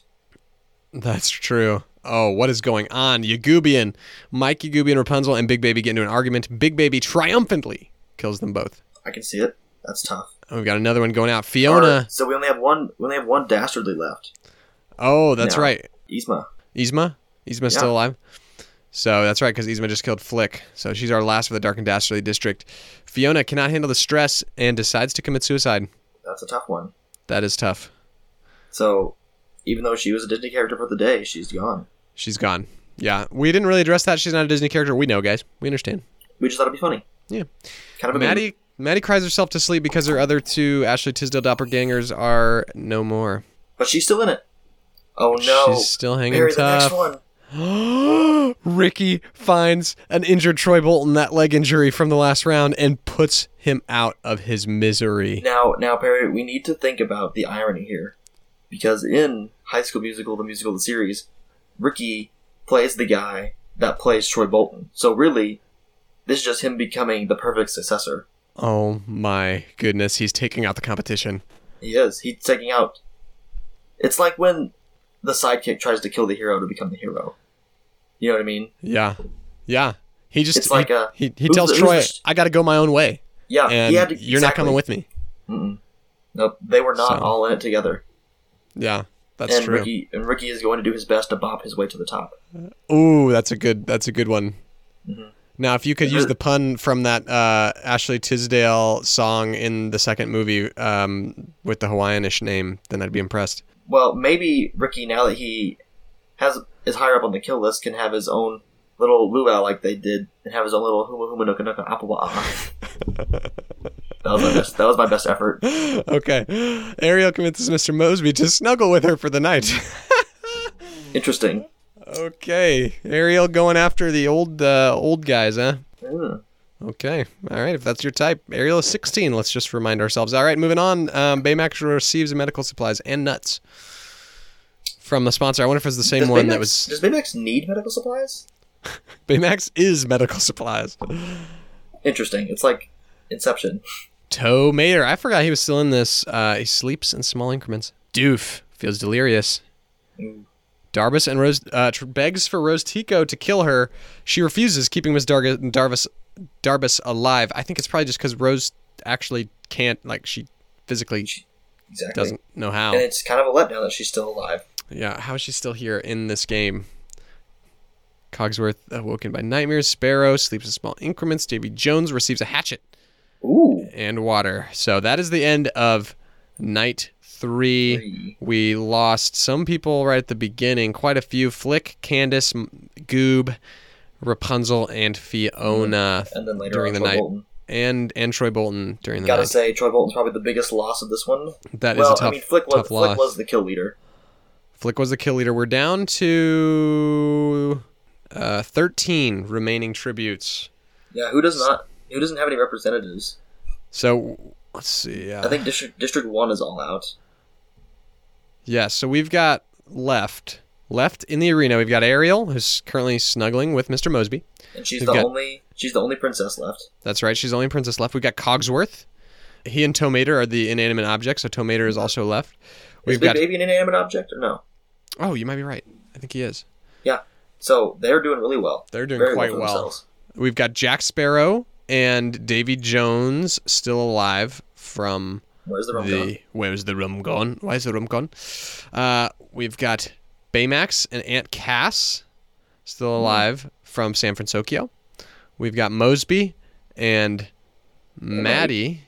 Speaker 1: That's true. Oh, what is going on? Yagubian, Mike Yagubian, Rapunzel, and Big Baby get into an argument. Big Baby triumphantly kills them both.
Speaker 2: I can see it. That's tough.
Speaker 1: And we've got another one going out. Fiona.
Speaker 2: Or- so we only have one. We only have one dastardly left.
Speaker 1: Oh, that's
Speaker 2: No.
Speaker 1: right.
Speaker 2: Yzma.
Speaker 1: Yzma? Yzma's still
Speaker 2: Yeah.
Speaker 1: alive? So that's right, because Yzma just killed Flick. So she's our last for the Dark and Dastardly District. Fiona cannot handle the stress and decides to commit suicide.
Speaker 2: That's a tough one.
Speaker 1: That is tough.
Speaker 2: So even though she was a Disney character for the day, she's gone.
Speaker 1: She's gone. Yeah. We didn't really address that. She's not a Disney character. We know, guys. We understand.
Speaker 2: We just thought it'd be funny.
Speaker 1: Yeah.
Speaker 2: Kind of a meme.
Speaker 1: Maddie Maddie cries herself to sleep because her other two Ashley Tisdale doppelgangers are no more.
Speaker 2: but she's still in it. Oh no!
Speaker 1: She's still hanging
Speaker 2: Bury the
Speaker 1: tough.
Speaker 2: next one.
Speaker 1: Ricky finds an injured Troy Bolton, that leg injury from the last round, and puts him out of his misery.
Speaker 2: Now, now, Perry, we need to think about the irony here, because in High School Musical, the musical, the series, Ricky plays the guy that plays Troy Bolton. So really, this is just him becoming the perfect successor.
Speaker 1: Oh my goodness, he's taking out the competition.
Speaker 2: He is. He's taking out. It's like when the sidekick tries to kill the hero to become the hero. You know what I mean?
Speaker 1: Yeah. Yeah. He just
Speaker 2: It's like
Speaker 1: he,
Speaker 2: a-
Speaker 1: he, he
Speaker 2: who's
Speaker 1: tells
Speaker 2: the- who's
Speaker 1: Troy,
Speaker 2: the sh-
Speaker 1: I gotta go my own way.
Speaker 2: Yeah,
Speaker 1: And
Speaker 2: he had to,
Speaker 1: you're not coming with me.
Speaker 2: Mm-mm. Nope, they were not
Speaker 1: So.
Speaker 2: all in it together.
Speaker 1: Yeah. That's
Speaker 2: and
Speaker 1: true.
Speaker 2: Ricky and Ricky is going to do his best to bop his way to the top.
Speaker 1: Ooh, that's a good that's a good one. Now, if you could use
Speaker 2: Her-
Speaker 1: the pun from that uh, Ashley Tisdale song in the second movie um, with the Hawaiianish name, then I'd be impressed.
Speaker 2: Well, maybe Ricky, now that he has is higher up on the kill list, can have his own little luau like they did, and have his own little huma huma nuka nuka apple ah. That was my best. That was my best effort.
Speaker 1: okay. Ariel convinces Mr. Mosby to snuggle with her for the night.
Speaker 2: Interesting.
Speaker 1: okay. Ariel going after the old uh, old guys, huh?
Speaker 2: Yeah.
Speaker 1: Okay. All right. If that's your type, Ariel is 16. Let's just remind ourselves. All right. Moving on. Um, Baymax receives medical supplies and nuts from the sponsor. I wonder if it's the same
Speaker 2: Does
Speaker 1: one
Speaker 2: Baymax,
Speaker 1: that was.
Speaker 2: Does Baymax need medical supplies?
Speaker 1: Baymax is medical supplies.
Speaker 2: Interesting. It's like Inception.
Speaker 1: Toe Mater. I forgot he was still in this. Uh, he sleeps in small increments. Doof feels delirious.
Speaker 2: Mm.
Speaker 1: Darvis and Rose uh, tr- begs for Rose Tico to kill her. She refuses, keeping Miss Darga Darvis Darvis alive. I think it's probably just because Rose actually can't, like, she physically
Speaker 2: Exactly.
Speaker 1: doesn't know how.
Speaker 2: And it's kind of a letdown that she's still alive.
Speaker 1: Yeah, how is she still here in this game? Cogsworth awoken by nightmares. Sparrow sleeps in small increments. Davy Jones receives a hatchet
Speaker 2: Ooh.
Speaker 1: and water. So that is the end of night three.
Speaker 2: Three.
Speaker 1: We lost some people right at the beginning, quite a few. Flick, Candace, M- Goob, Rapunzel, and Fiona,
Speaker 2: And then later
Speaker 1: During
Speaker 2: on,
Speaker 1: the
Speaker 2: Troy
Speaker 1: night.
Speaker 2: Bolton.
Speaker 1: and and Troy Bolton during the
Speaker 2: Gotta
Speaker 1: night.
Speaker 2: say, Troy Bolton's probably the biggest loss of this one.
Speaker 1: That is
Speaker 2: well,
Speaker 1: a tough,
Speaker 2: I mean, Flick was,
Speaker 1: tough loss.
Speaker 2: Flick was the kill leader.
Speaker 1: Flick was the kill leader. We're down to uh, 13 remaining tributes.
Speaker 2: Yeah, who does not? Who doesn't have any representatives?
Speaker 1: So let's see. Uh,
Speaker 2: I think District District One is all out.
Speaker 1: yeah, so we've got left. Left in the arena, we've got Ariel, who's currently snuggling with Mr. Mosby.
Speaker 2: and she's
Speaker 1: We've
Speaker 2: the
Speaker 1: got-
Speaker 2: only she's the only princess left.
Speaker 1: That's right, she's the only princess left. We've got Cogsworth. He and Tomater are the inanimate objects, so Tomater is also left.
Speaker 2: Is
Speaker 1: We've
Speaker 2: Big
Speaker 1: got.
Speaker 2: Baby an inanimate object or no?
Speaker 1: Oh, you might be right. I think he is.
Speaker 2: So they're doing really well.
Speaker 1: They're doing
Speaker 2: Very
Speaker 1: quite
Speaker 2: for
Speaker 1: well.
Speaker 2: themselves.
Speaker 1: We've got Jack Sparrow and Davy Jones still alive from
Speaker 2: Where's the rum gone?
Speaker 1: the where's the rum gone? Why is the rum gone? Uh, we've got Baymax and Aunt Cass still
Speaker 2: Hmm.
Speaker 1: alive from San Francisco. We've got Mosby and Maddie.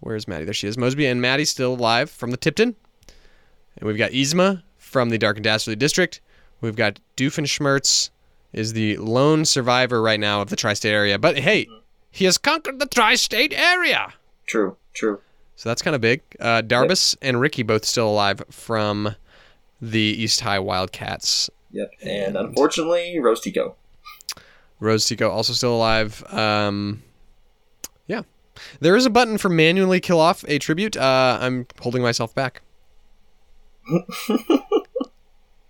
Speaker 1: Where's Maddie? There she is. Mosby and Maddie still alive from the Tipton. And we've got Yzma from the Dark and Dastardly District. We've got Doofenshmirtz is the lone survivor right now of the tri-state area. But hey, he has conquered the tri-state area.
Speaker 2: True, true.
Speaker 1: So that's kind of big. Uh, Darbus and Ricky both still alive from the East High Wildcats.
Speaker 2: Yep.
Speaker 1: And-
Speaker 2: And, unfortunately, Rose Tico.
Speaker 1: Rose Tico also still alive. Um, yeah. There is a button for manually kill off a tribute. Uh, I'm holding myself back.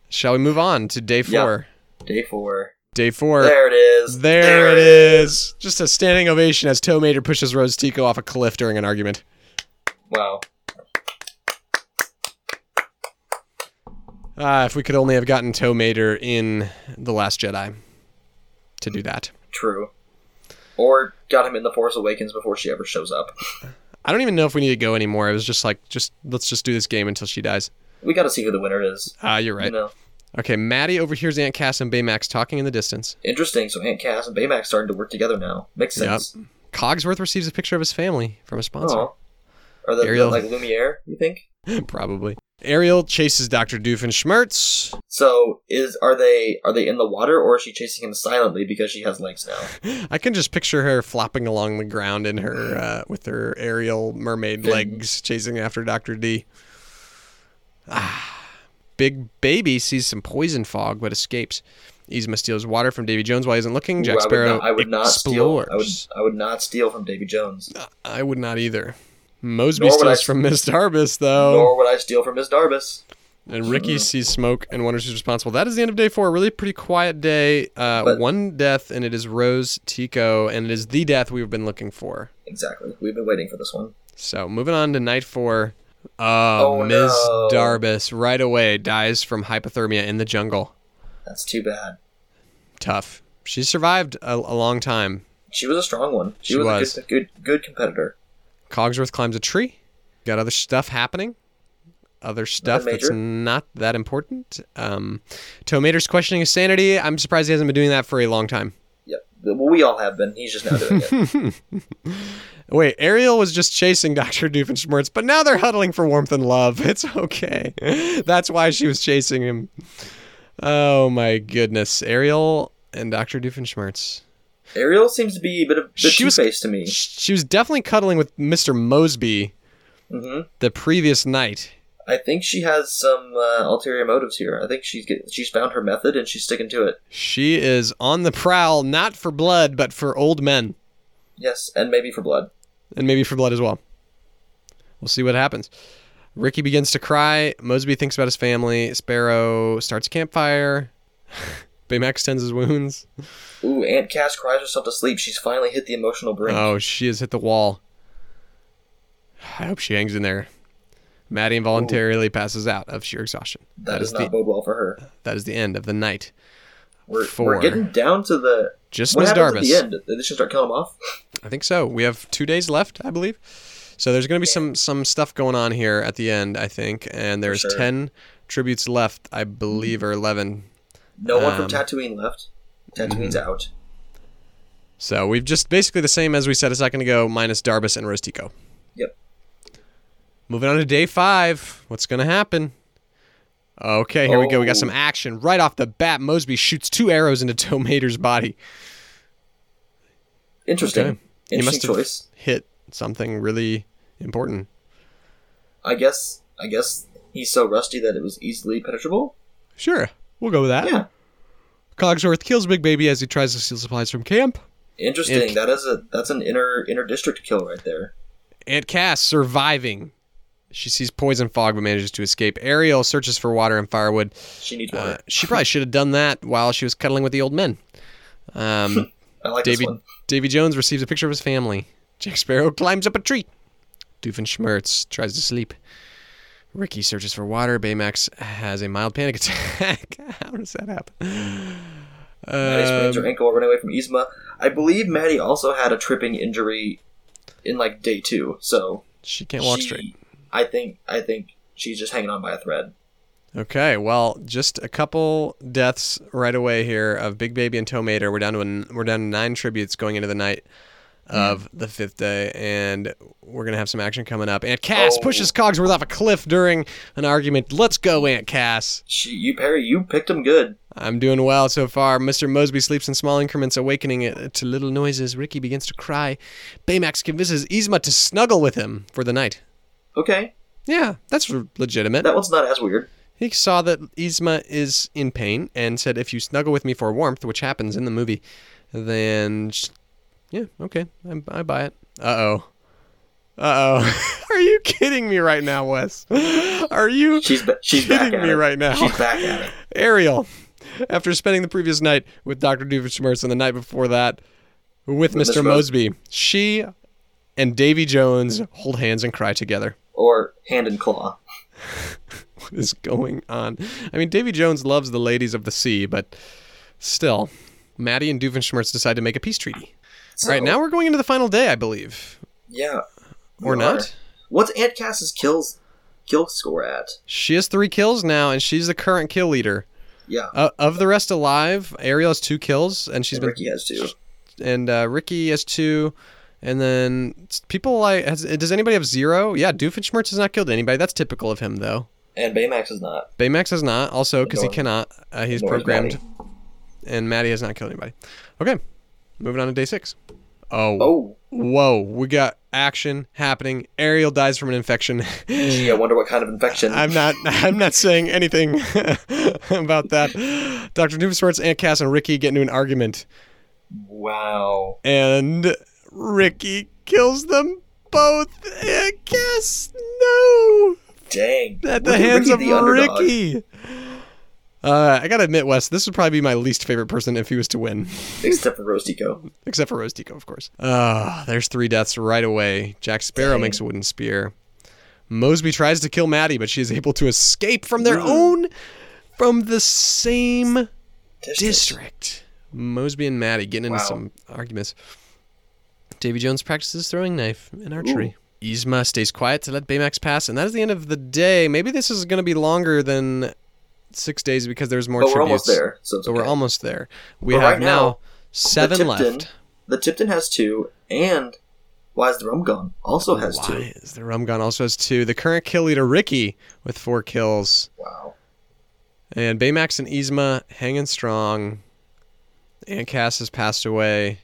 Speaker 1: Shall we move on to day
Speaker 2: Yeah.
Speaker 1: four?
Speaker 2: Day four.
Speaker 1: Day four.
Speaker 2: There it is.
Speaker 1: Er, There it is. Just a standing ovation as Toe Mater pushes Rose Tico off a cliff during an argument.
Speaker 2: Wow.
Speaker 1: Ah, if we could only have gotten Toe Mater in The Last Jedi to do that.
Speaker 2: True. Or got him in the Force Awakens before she ever shows up.
Speaker 1: I don't even know if we need to go anymore. It was just like, just let's just do this game until she dies.
Speaker 2: We got to see who the winner is.
Speaker 1: Ah, you're right.
Speaker 2: You know.
Speaker 1: Okay, Maddie overhears Aunt Cass and Baymax talking in the distance.
Speaker 2: Interesting. So Aunt Cass and Baymax starting to work together now. Makes
Speaker 1: Yep.
Speaker 2: sense.
Speaker 1: Cogsworth receives a picture of his family from a sponsor.
Speaker 2: Oh. Are the, the
Speaker 1: Ariel.
Speaker 2: like Lumiere? You think?
Speaker 1: Probably. Ariel chases Dr. Doofenshmirtz.
Speaker 2: So is are they are they in the water or is she chasing him silently because she has legs now?
Speaker 1: I can just picture her flopping along the ground in her uh, with her aerial mermaid
Speaker 2: Fin.
Speaker 1: legs chasing after Dr. D. Ah. Big Baby sees some poison fog but escapes. Yzma steals water from Davy Jones while he isn't looking. Jack
Speaker 2: Ooh,
Speaker 1: Sparrow
Speaker 2: I would not, I would not steal.
Speaker 1: explores.
Speaker 2: I would I would not steal from Davy Jones.
Speaker 1: I would not either. Mosby
Speaker 2: Nor would
Speaker 1: steals
Speaker 2: I-
Speaker 1: from Miss Darbus, though.
Speaker 2: Nor would I steal from Miss Darbus.
Speaker 1: and Ricky sees smoke and wonders who's responsible. That is the end of day four. Really pretty quiet day. Uh,
Speaker 2: But-
Speaker 1: one death, and it is Rose Tico, and it is the death we've been looking for.
Speaker 2: Exactly. We've been waiting for this one.
Speaker 1: So moving on to night four. Uh,
Speaker 2: Oh,
Speaker 1: Ms.
Speaker 2: no.
Speaker 1: Darbus right away dies from hypothermia in the jungle.
Speaker 2: That's too bad.
Speaker 1: Tough. She survived a, a long time.
Speaker 2: She was a strong one. She,
Speaker 1: She
Speaker 2: was,
Speaker 1: was.
Speaker 2: a good, good good competitor.
Speaker 1: Cogsworth climbs a tree. Got other stuff happening. Other stuff that's
Speaker 2: major.
Speaker 1: not that important. Um, Tomater's questioning his sanity. I'm surprised he hasn't been doing that for a long time.
Speaker 2: Yep. Well, we all have been. He's just now doing it.
Speaker 1: Wait, Ariel was just chasing Dr. Doofenshmirtz, but now they're huddling for warmth and love. It's okay. That's why she was chasing him. Oh my goodness. Ariel and Dr. Doofenshmirtz.
Speaker 2: Ariel seems to be a bit of bit
Speaker 1: She was-
Speaker 2: two-faced to me.
Speaker 1: She was definitely cuddling with Mr. Mosby
Speaker 2: hmm
Speaker 1: the previous night.
Speaker 2: I think she has some uh, ulterior motives here. I think she's get, she's found her method and she's sticking to it.
Speaker 1: She is on the prowl, not for blood, but for old men,
Speaker 2: Yes, and maybe for blood.
Speaker 1: and maybe for blood as well. We'll see what happens. Ricky begins to cry. Mosby thinks about his family. Sparrow starts a campfire. Baymax tends his wounds.
Speaker 2: Ooh, Aunt Cass cries herself to sleep. She's finally hit the emotional brink.
Speaker 1: Oh, she has hit the wall. I hope she hangs in there. Maddie involuntarily passes out of sheer exhaustion.
Speaker 2: that does
Speaker 1: is
Speaker 2: not
Speaker 1: the
Speaker 2: bode well for her.
Speaker 1: that is the end of the night.
Speaker 2: We're,
Speaker 1: Four.
Speaker 2: we're getting down to the
Speaker 1: Just
Speaker 2: what
Speaker 1: Miss
Speaker 2: happens at
Speaker 1: Darvis.
Speaker 2: the end. Did they should start killing them off?
Speaker 1: I think so. We have two days left, I believe. So there's going to be some some stuff going on here at the end, I think. And there's
Speaker 2: sure.
Speaker 1: ten tributes left, I believe, or eleven.
Speaker 2: No one
Speaker 1: Um, mm-hmm.
Speaker 2: from Tatooine left. Tatooine's out.
Speaker 1: So we've just basically the same as we said a second ago, minus Darbus and Rostico.
Speaker 2: Yep.
Speaker 1: Moving on to day five. What's going to happen? Okay, here we go. We got
Speaker 2: Oh.
Speaker 1: some action right off the bat. Mosby shoots two arrows into Tomater's body.
Speaker 2: Interesting.
Speaker 1: Okay. He must
Speaker 2: Interesting
Speaker 1: have
Speaker 2: choice.
Speaker 1: hit something really important.
Speaker 2: I guess. I guess he's so rusty that it was easily penetrable.
Speaker 1: Sure, we'll go with that.
Speaker 2: Yeah.
Speaker 1: Cogsworth kills Big Baby as he tries to steal supplies from camp.
Speaker 2: Interesting.
Speaker 1: It-
Speaker 2: that is a that's an inner inner district kill right there.
Speaker 1: Aunt Cass surviving. She sees poison fog but manages to escape. Ariel searches for water and firewood.
Speaker 2: She needs
Speaker 1: Uh,
Speaker 2: water.
Speaker 1: she probably should have done that while she was cuddling with the old men. Um,
Speaker 2: I like
Speaker 1: Davy
Speaker 2: this one.
Speaker 1: Davy Jones receives a picture of his family. Jack Sparrow climbs up a tree. Doofenshmirtz tries to sleep. Ricky searches for water. Baymax has a mild panic attack. How does that happen?
Speaker 2: Maddie sprains
Speaker 1: Um,
Speaker 2: her ankle while running away from Yzma. I believe Maddie also had a tripping injury in like day two, so
Speaker 1: she can't walk
Speaker 2: she-
Speaker 1: straight.
Speaker 2: I think I think she's just hanging on by a thread.
Speaker 1: Okay, well, just a couple deaths right away here of Big Baby and Tomater. We're down to a, we're down to nine tributes going into the night
Speaker 2: Hmm.
Speaker 1: of the fifth day, and we're gonna have some action coming up. Aunt Cass
Speaker 2: Oh.
Speaker 1: pushes Cogsworth off a cliff during an argument. Let's go, Aunt Cass.
Speaker 2: She, you Perry, you picked him good.
Speaker 1: I'm doing well so far. Mr. Mosby sleeps in small increments, awakening it to little noises. Ricky begins to cry. Baymax convinces Yzma to snuggle with him for the night.
Speaker 2: Okay,
Speaker 1: Yeah, that's r- legitimate.
Speaker 2: that one's not as weird.
Speaker 1: He saw that Yzma is in pain and said, if you snuggle with me for warmth, which happens in the movie, then. sh- Yeah, okay. I, I buy it. Uh oh. Uh oh. Are you kidding me right now, Wes? Are you
Speaker 2: She's ba- she's back
Speaker 1: kidding
Speaker 2: at
Speaker 1: me
Speaker 2: it.
Speaker 1: right now?
Speaker 2: She's back at it.
Speaker 1: Ariel, after spending the previous night with Dr. Doofenshmirtz and the night before that with
Speaker 2: With
Speaker 1: Mr.
Speaker 2: Mr.
Speaker 1: Mosby, she and Davy Jones hold hands and cry together.
Speaker 2: Or hand and claw.
Speaker 1: What is going on? I mean, Davy Jones loves the ladies of the sea, but still, Maddie and Doofenshmirtz decide to make a peace treaty.
Speaker 2: So,
Speaker 1: All right, now we're going into the final day, I believe,
Speaker 2: yeah,
Speaker 1: or
Speaker 2: we
Speaker 1: not.
Speaker 2: are. What's Aunt Cass's kills kill score at?
Speaker 1: She has three kills now, and she's the current kill leader.
Speaker 2: Yeah,
Speaker 1: Uh, of the rest alive, Ariel has two kills, and she's been
Speaker 2: Ricky has two.
Speaker 1: and uh, Ricky has two, and then s- people like has, does anybody have zero? Yeah, Doofenshmirtz has not killed anybody. That's typical of him, though.
Speaker 2: And Baymax is not.
Speaker 1: Baymax has not, also because he
Speaker 2: Nor-
Speaker 1: cannot. Uh, he's
Speaker 2: nor is
Speaker 1: programmed,
Speaker 2: Maddie.
Speaker 1: and Maddie has not killed anybody. Okay, moving on to day six. Oh,
Speaker 2: Oh,
Speaker 1: whoa, we got action happening. Ariel dies from an infection.
Speaker 2: gee, I wonder what kind of infection.
Speaker 1: I'm not. I'm not saying anything about that. Doctor Doofenshmirtz, Aunt Cass, and Ricky get into an argument,
Speaker 2: Wow.
Speaker 1: and Ricky kills them both. Aunt Cass, no.
Speaker 2: Dang.
Speaker 1: at
Speaker 2: Look
Speaker 1: the hands
Speaker 2: Ricky
Speaker 1: of
Speaker 2: underdog.
Speaker 1: Ricky. Uh, I gotta admit, Wes, this would probably be my least favorite person if he was to win,
Speaker 2: Except for Rostico.
Speaker 1: except for Rose Tico, of course. Uh, there's three deaths right away. Jack Sparrow
Speaker 2: Dang.
Speaker 1: makes a wooden spear. Mosby tries to kill Maddie, but she is able to escape from their
Speaker 2: Mm.
Speaker 1: own, from the same
Speaker 2: District.
Speaker 1: district. Mosby and Maddie getting into
Speaker 2: Wow.
Speaker 1: some arguments. Davy Jones practices throwing knife and archery. Yzma stays quiet to let Baymax pass, and that is the end of the day. Maybe this is going to be longer than six days because there's more
Speaker 2: But we're
Speaker 1: tributes.
Speaker 2: almost there. So it's
Speaker 1: But we're
Speaker 2: okay.
Speaker 1: almost there. We
Speaker 2: But
Speaker 1: have
Speaker 2: right
Speaker 1: now,
Speaker 2: now,
Speaker 1: seven
Speaker 2: the Tipton,
Speaker 1: left.
Speaker 2: The Tipton has two, and Why is the Rum Gone also has two.
Speaker 1: Why is the rum gun also has two? The current kill leader Ricky with four kills,
Speaker 2: Wow.
Speaker 1: and Baymax and Yzma hanging strong. Aunt Cass has passed away.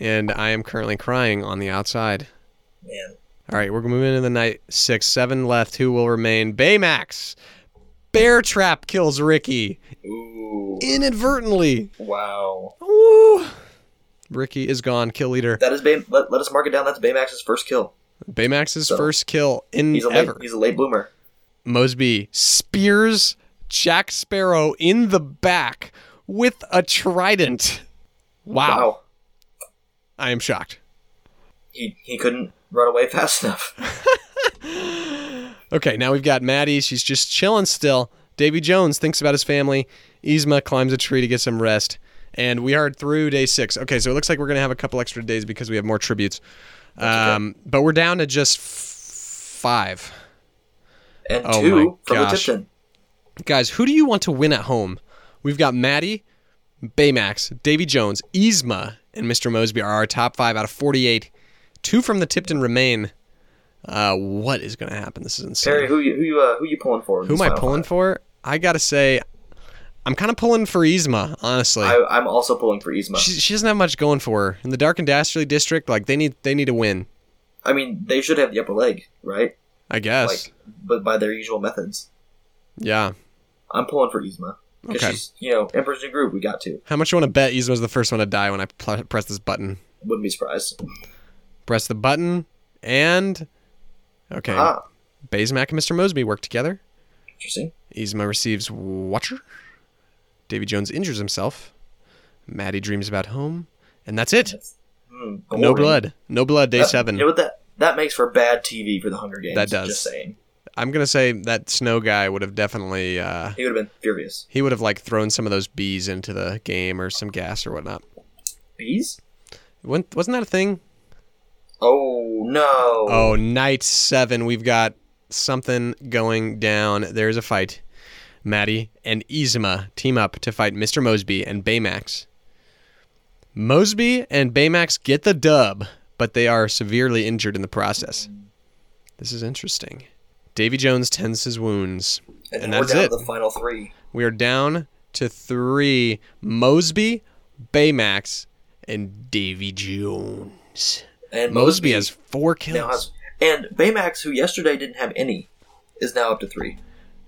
Speaker 1: and I am currently crying on the outside.
Speaker 2: Man.
Speaker 1: All right, we're moving into the night six, seven left. Who will remain? Baymax. Bear Trap kills Ricky
Speaker 2: Ooh.
Speaker 1: inadvertently.
Speaker 2: Wow.
Speaker 1: Woo. Ricky is gone. Kill leader.
Speaker 2: That is Bay- let, let us mark it down. That's Baymax's first kill.
Speaker 1: Baymax's
Speaker 2: So-
Speaker 1: first kill in
Speaker 2: He's a late,
Speaker 1: ever.
Speaker 2: he's a late bloomer.
Speaker 1: Mosby spears Jack Sparrow in the back with a trident. Wow.
Speaker 2: Wow.
Speaker 1: I am shocked.
Speaker 2: He he couldn't run away fast enough.
Speaker 1: Okay, now we've got Maddie. She's just chilling still. Davy Jones thinks about his family. Yzma climbs a tree to get some rest. And we are through day six. Okay, so it looks like we're going to have a couple extra days because we have more tributes. Um, But we're down to just f- five.
Speaker 2: And
Speaker 1: Oh
Speaker 2: two
Speaker 1: my
Speaker 2: from
Speaker 1: gosh.
Speaker 2: Egyptian.
Speaker 1: Guys, who do you want to win at home? We've got Maddie, Baymax, Davy Jones, Yzma, and Mr. Mosby are our top five out of 48. Two from the Tipton remain. Uh, what is going to happen? This is insane.
Speaker 2: Terry, who you who you uh, who you pulling for? in
Speaker 1: Who
Speaker 2: this
Speaker 1: am I
Speaker 2: final
Speaker 1: pulling
Speaker 2: five?
Speaker 1: for? I gotta say, I'm kind of pulling for Yzma, honestly.
Speaker 2: I, I'm also pulling for Yzma.
Speaker 1: she, she doesn't have much going for her in the Dark and Dastardly district. Like they need, they need to win.
Speaker 2: I mean, they should have the upper leg, right?
Speaker 1: I guess.
Speaker 2: Like, but by their usual methods.
Speaker 1: yeah.
Speaker 2: I'm pulling for Yzma because
Speaker 1: Okay.
Speaker 2: she's you know Emperor's New Groove. We got to.
Speaker 1: How much you want to bet Yzma's the first one to die when I pl- press this button?
Speaker 2: Wouldn't be surprised.
Speaker 1: Press the button, and okay.
Speaker 2: Ah,
Speaker 1: Basemac and Mr. Mosby work together.
Speaker 2: interesting.
Speaker 1: Yzma receives Watcher. Davy Jones injures himself. Maddie dreams about home, and that's it.
Speaker 2: Hmm,
Speaker 1: No
Speaker 2: glory.
Speaker 1: blood. No blood. Day
Speaker 2: That-
Speaker 1: seven.
Speaker 2: You know what that that makes for bad TV for the Hunger Games.
Speaker 1: That does.
Speaker 2: Just saying,
Speaker 1: I'm gonna say that snow guy would have definitely uh,
Speaker 2: he would have been furious.
Speaker 1: he would have like thrown some of those bees into the game or some gas or whatnot.
Speaker 2: Bees?
Speaker 1: Wasn't wasn't that a thing?
Speaker 2: Oh no!
Speaker 1: Oh, night seven, we've got something going down. There's a fight. Maddie and Yzma team up to fight Mr. Mosby and Baymax. Mosby and Baymax get the dub, but they are severely injured in the process. This is interesting. Davy Jones tends his wounds.
Speaker 2: and,
Speaker 1: and
Speaker 2: we're
Speaker 1: that's
Speaker 2: down
Speaker 1: it.
Speaker 2: to the final three.
Speaker 1: We are down to three Mosby, Baymax, and Davy Jones.
Speaker 2: And
Speaker 1: Mosby has four
Speaker 2: now
Speaker 1: kills.
Speaker 2: has, and Baymax, who yesterday didn't have any, is now up to three.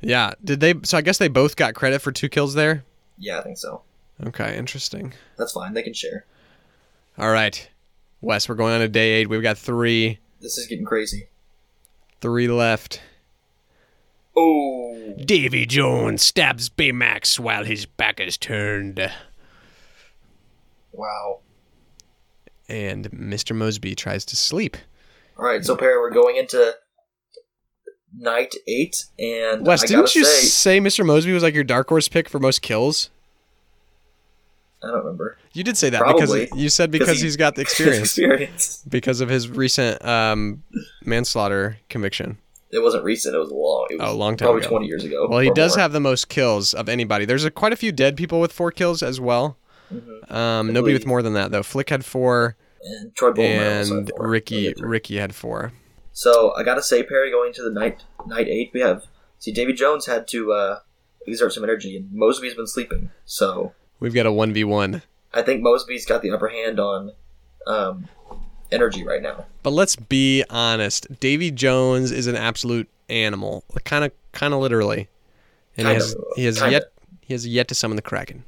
Speaker 1: Yeah. Did they? So I guess they both got credit for two kills there.
Speaker 2: Yeah, I think so.
Speaker 1: Okay. Interesting.
Speaker 2: That's fine. They can share.
Speaker 1: All right. Wes, we're going on to day eight. We've got three,
Speaker 2: This is getting crazy.
Speaker 1: three left.
Speaker 2: Oh,
Speaker 1: Davy Jones stabs Baymax while his back is turned.
Speaker 2: wow.
Speaker 1: And Mr. Mosby tries to sleep.
Speaker 2: All right, so Perry, we're going into night eight, and
Speaker 1: Wes,
Speaker 2: I
Speaker 1: didn't
Speaker 2: gotta
Speaker 1: you say
Speaker 2: say,
Speaker 1: Mr. Mosby was like your dark horse pick for most kills?
Speaker 2: I don't remember
Speaker 1: You did say that
Speaker 2: Probably.
Speaker 1: because you said because
Speaker 2: he-
Speaker 1: he's got the experience
Speaker 2: experience.
Speaker 1: because of his recent um, manslaughter conviction.
Speaker 2: It wasn't recent. It was long. It was
Speaker 1: Oh, a long time
Speaker 2: probably
Speaker 1: ago.
Speaker 2: twenty years ago.
Speaker 1: Well, he
Speaker 2: or
Speaker 1: does
Speaker 2: more.
Speaker 1: have the most kills of anybody. There's a, quite a few dead people with four kills as well. Um, nobody with
Speaker 2: Mm-hmm. believe-
Speaker 1: more than that though. Flick had four,
Speaker 2: and Troy Bolton also had
Speaker 1: and
Speaker 2: four.
Speaker 1: Ricky
Speaker 2: Okay, three.
Speaker 1: Ricky had four.
Speaker 2: So I gotta say, Perry, going to the night night eight, we have see Davy Jones had to uh, exert some energy, and Mosby's been sleeping. So
Speaker 1: We've got a one v one.
Speaker 2: I think Mosby's got the upper hand on um, energy right now.
Speaker 1: But let's be honest. Davy Jones is an absolute animal, kind of kind of literally, and he
Speaker 2: Kinda,
Speaker 1: has he has
Speaker 2: kinda.
Speaker 1: yet he has yet to summon the Kraken.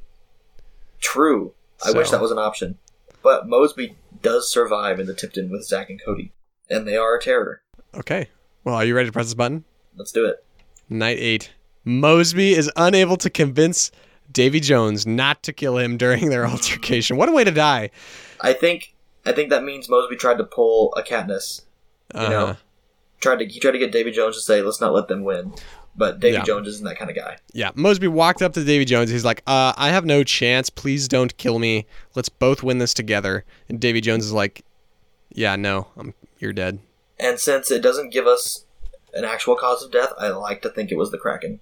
Speaker 2: True. I wish
Speaker 1: So.
Speaker 2: that was an option, but Mosby does survive in the Tipton with Zach and Cody, and they are a terror.
Speaker 1: Okay. Well, are you ready to press this button?
Speaker 2: Let's do it.
Speaker 1: Night eight. Mosby is unable to convince Davy Jones not to kill him during their altercation. What a way to die.
Speaker 2: I think I think that means Mosby tried to pull a Katniss.
Speaker 1: Uh,
Speaker 2: know. Tried to he tried to get Davy Jones to say, "Let's not let them win," but Davy
Speaker 1: Yeah.
Speaker 2: Jones isn't that kind of guy.
Speaker 1: Yeah. Mosby walked up to Davy Jones. He's like, uh, I have no chance. Please don't kill me. Let's both win this together. And Davy Jones is like, Yeah, no, I'm, you're dead.
Speaker 2: And since it doesn't give us an actual cause of death, I like to think it was the Kraken.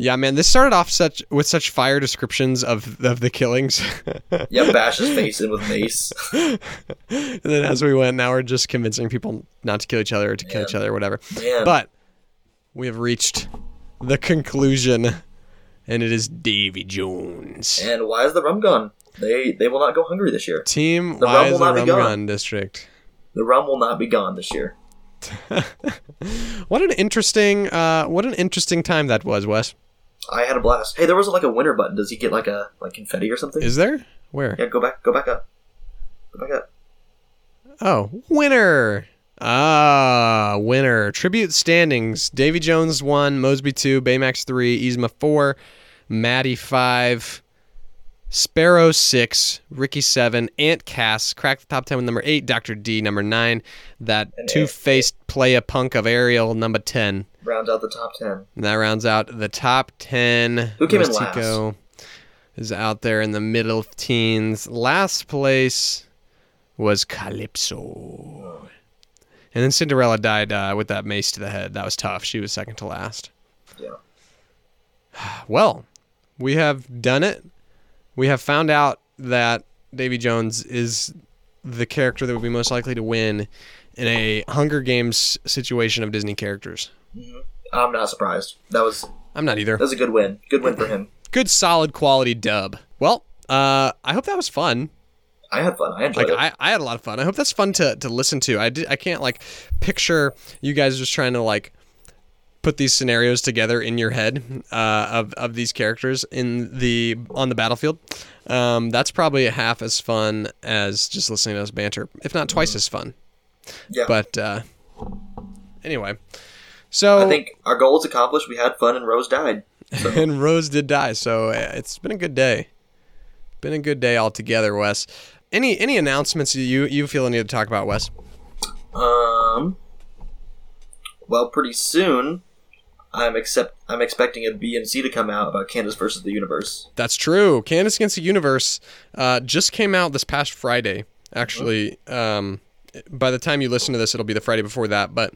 Speaker 1: Yeah, man, this started off such with such fire descriptions of of the killings.
Speaker 2: Yeah, bash his face in with mace.
Speaker 1: and then as we went, now we're just convincing people not to kill each other or to kill each other or whatever.
Speaker 2: Man,
Speaker 1: But we have reached the conclusion, and it is Davy Jones.
Speaker 2: and why is the rum gone? They they will not go hungry this year.
Speaker 1: Team
Speaker 2: The rum
Speaker 1: Wise
Speaker 2: will
Speaker 1: the
Speaker 2: not be
Speaker 1: Rum
Speaker 2: gone.
Speaker 1: Gun District.
Speaker 2: The rum will not be gone this year.
Speaker 1: What an interesting uh, what an interesting time that was, Wes.
Speaker 2: I had a blast. Hey, there wasn't like a winner button. Does he get like a like confetti or something?
Speaker 1: Is there? Where?
Speaker 2: yeah, go back, go back up, go back up.
Speaker 1: Oh, winner. Ah, winner. Tribute standings. Davy Jones 1, Mosby 2, Baymax 3, Yzma 4, Maddie 5, Sparrow 6, Ricky 7, Ant Cass, cracked the top 10 with number 8, Dr. D number 9, that
Speaker 2: And
Speaker 1: two faced playa punk of Ariel number 10.
Speaker 2: Round out the top ten.
Speaker 1: And that rounds out the top 10.
Speaker 2: Who came in last?
Speaker 1: Rustico is out there in the middle teens. Last place was Calypso. And then Cinderella died uh, with that mace to the head. That was tough. She was second to last.
Speaker 2: Yeah.
Speaker 1: Well, we have done it. We have found out that Davy Jones is the character that would be most likely to win in a Hunger Games situation of Disney characters.
Speaker 2: I'm not surprised. That was that
Speaker 1: I'm not either.
Speaker 2: was a good win. Good win for him.
Speaker 1: good solid quality dub. Well, uh, I hope that was fun.
Speaker 2: I had fun. I enjoyed
Speaker 1: Like
Speaker 2: it.
Speaker 1: I, I had a lot of fun. I hope that's fun to, to listen to. I did, I can't like picture you guys just trying to like put these scenarios together in your head uh, of of these characters in the on the battlefield. Um, that's probably half as fun as just listening to us banter, if not twice as fun.
Speaker 2: Mm-hmm. Yeah.
Speaker 1: But uh, anyway, so
Speaker 2: I think our goal was accomplished. We had fun, and Rose died.
Speaker 1: and Rose did die, so uh, it's been a good day. Been a good day altogether, Wes. Any any announcements you you feel the need to talk about, Wes?
Speaker 2: Um. Well, pretty soon, I'm accept. I'm expecting a B and C to come out about Candace versus the Universe.
Speaker 1: That's true. Candace Against the Universe uh, just came out this past Friday. Actually, um, by the time you listen to this, it'll be the Friday before that. But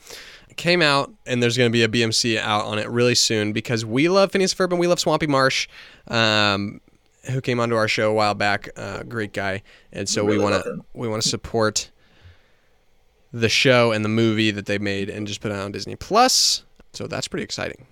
Speaker 1: it came out, and there's going to be a BMC out on it really soon because we love Phineas Ferb and we love Swampy Marsh, um, who came onto our show a while back. Uh, great guy, and so
Speaker 2: really
Speaker 1: we want
Speaker 2: love
Speaker 1: to
Speaker 2: him.
Speaker 1: we want to support the show and the movie that they made and just put it on Disney Plus. So that's pretty exciting.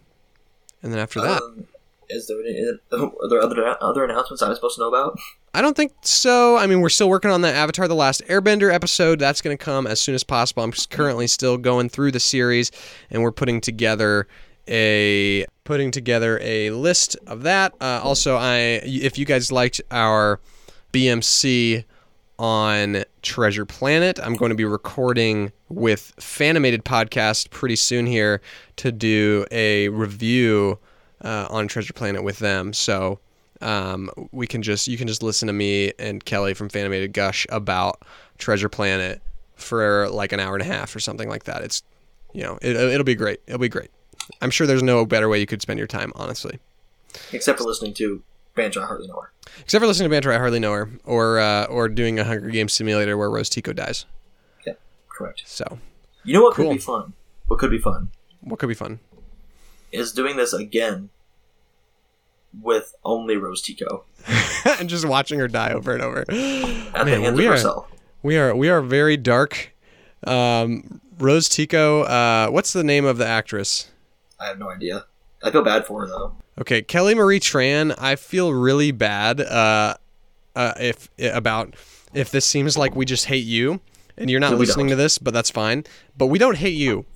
Speaker 1: And then after that,
Speaker 2: Um, is there any, are there other other announcements I'm supposed to know about?
Speaker 1: I don't think so. I mean, we're still working on the Avatar: The Last Airbender episode. That's going to come as soon as possible. I'm just currently still going through the series, and we're putting together a putting together a list of that. Uh, also, I if you guys liked our BMC on Treasure Planet. I'm going to be recording with Fanimated Podcast pretty soon here to do a review uh, on Treasure Planet with them. So um, we can just you can just listen to me and Kelly from Fanimated gush about Treasure Planet for like an hour and a half or something like that. It's you know it, it'll be great. It'll be great. I'm sure there's no better way you could spend your time, honestly
Speaker 2: Except for listening to Banjo I Hardly Know Her.
Speaker 1: except for listening to banter. I hardly know her, or uh, or doing a Hunger Games simulator where Rose Tico dies.
Speaker 2: Correct.
Speaker 1: So,
Speaker 2: You know what
Speaker 1: Cool.
Speaker 2: could be fun? What could be fun
Speaker 1: what could be fun?
Speaker 2: is doing this again with only Rose Tico
Speaker 1: and just watching her die over and over.
Speaker 2: at
Speaker 1: Man,
Speaker 2: the hands
Speaker 1: we
Speaker 2: of
Speaker 1: are-
Speaker 2: herself.
Speaker 1: We are we are very dark. Um, Rose Tico. Uh, what's the name of the actress?
Speaker 2: I have no idea. I feel bad for her though.
Speaker 1: Okay, Kelly Marie Tran. I feel really bad uh, uh, if about if this seems like we just hate you and you're not
Speaker 2: No, we
Speaker 1: listening to this, but that's fine. But we don't hate you.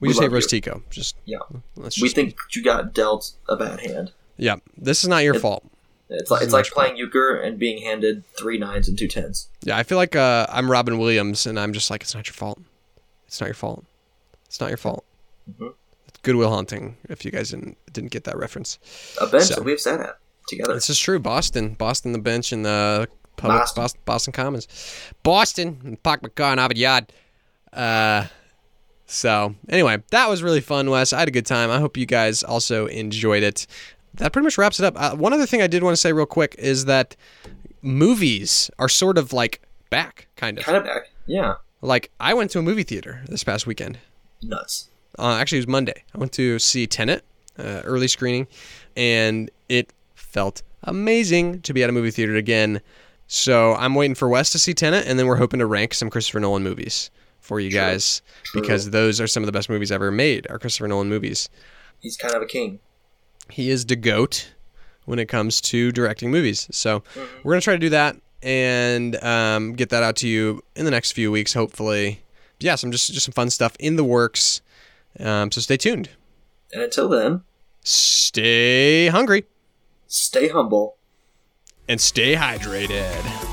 Speaker 1: We,
Speaker 2: We
Speaker 1: just hate
Speaker 2: love
Speaker 1: Rose
Speaker 2: you.
Speaker 1: Tico. Just
Speaker 2: Yeah.
Speaker 1: let's
Speaker 2: We
Speaker 1: just
Speaker 2: think you got dealt a bad hand.
Speaker 1: yeah. This is not your fault.
Speaker 2: It's like it's like playing euchre and being handed three nines and two tens.
Speaker 1: Yeah, I feel like uh, I'm Robin Williams, and I'm just like, it's not your fault. It's not your fault. It's not your fault.
Speaker 2: Mhm.
Speaker 1: It's Goodwill Hunting. If you guys didn't didn't get that reference,
Speaker 2: A bench
Speaker 1: So-
Speaker 2: that we've sat at together.
Speaker 1: this is true. Boston, Boston, the bench and the public
Speaker 2: Boston.
Speaker 1: Boston, Boston, Commons, Boston, and Park McCaw and Ovid Yard. Uh, so anyway, that was really fun, Wes. I had a good time. I hope you guys also enjoyed it. That pretty much wraps it up. Uh, one other thing I did want to say real quick is that movies are sort of like back, kind of.
Speaker 2: Kind of back. Yeah.
Speaker 1: Like I went to a movie theater this past weekend.
Speaker 2: Nuts.
Speaker 1: Uh, actually, it was Monday. I went to see Tenet, uh, early screening, and it felt amazing to be at a movie theater again. So I'm waiting for Wes to see Tenet, and then we're hoping to rank some Christopher Nolan movies for you guys
Speaker 2: True.
Speaker 1: because those are some of the best movies ever made. Are Christopher Nolan movies?
Speaker 2: He's kind of a king.
Speaker 1: He is the goat. when it comes to directing movies. So we're gonna try to do that and um, get that out to you in the next few weeks, hopefully. Yeah, some just just some fun stuff in the works. Um, so stay tuned.
Speaker 2: And until then,
Speaker 1: Stay hungry
Speaker 2: stay humble.
Speaker 1: and stay hydrated.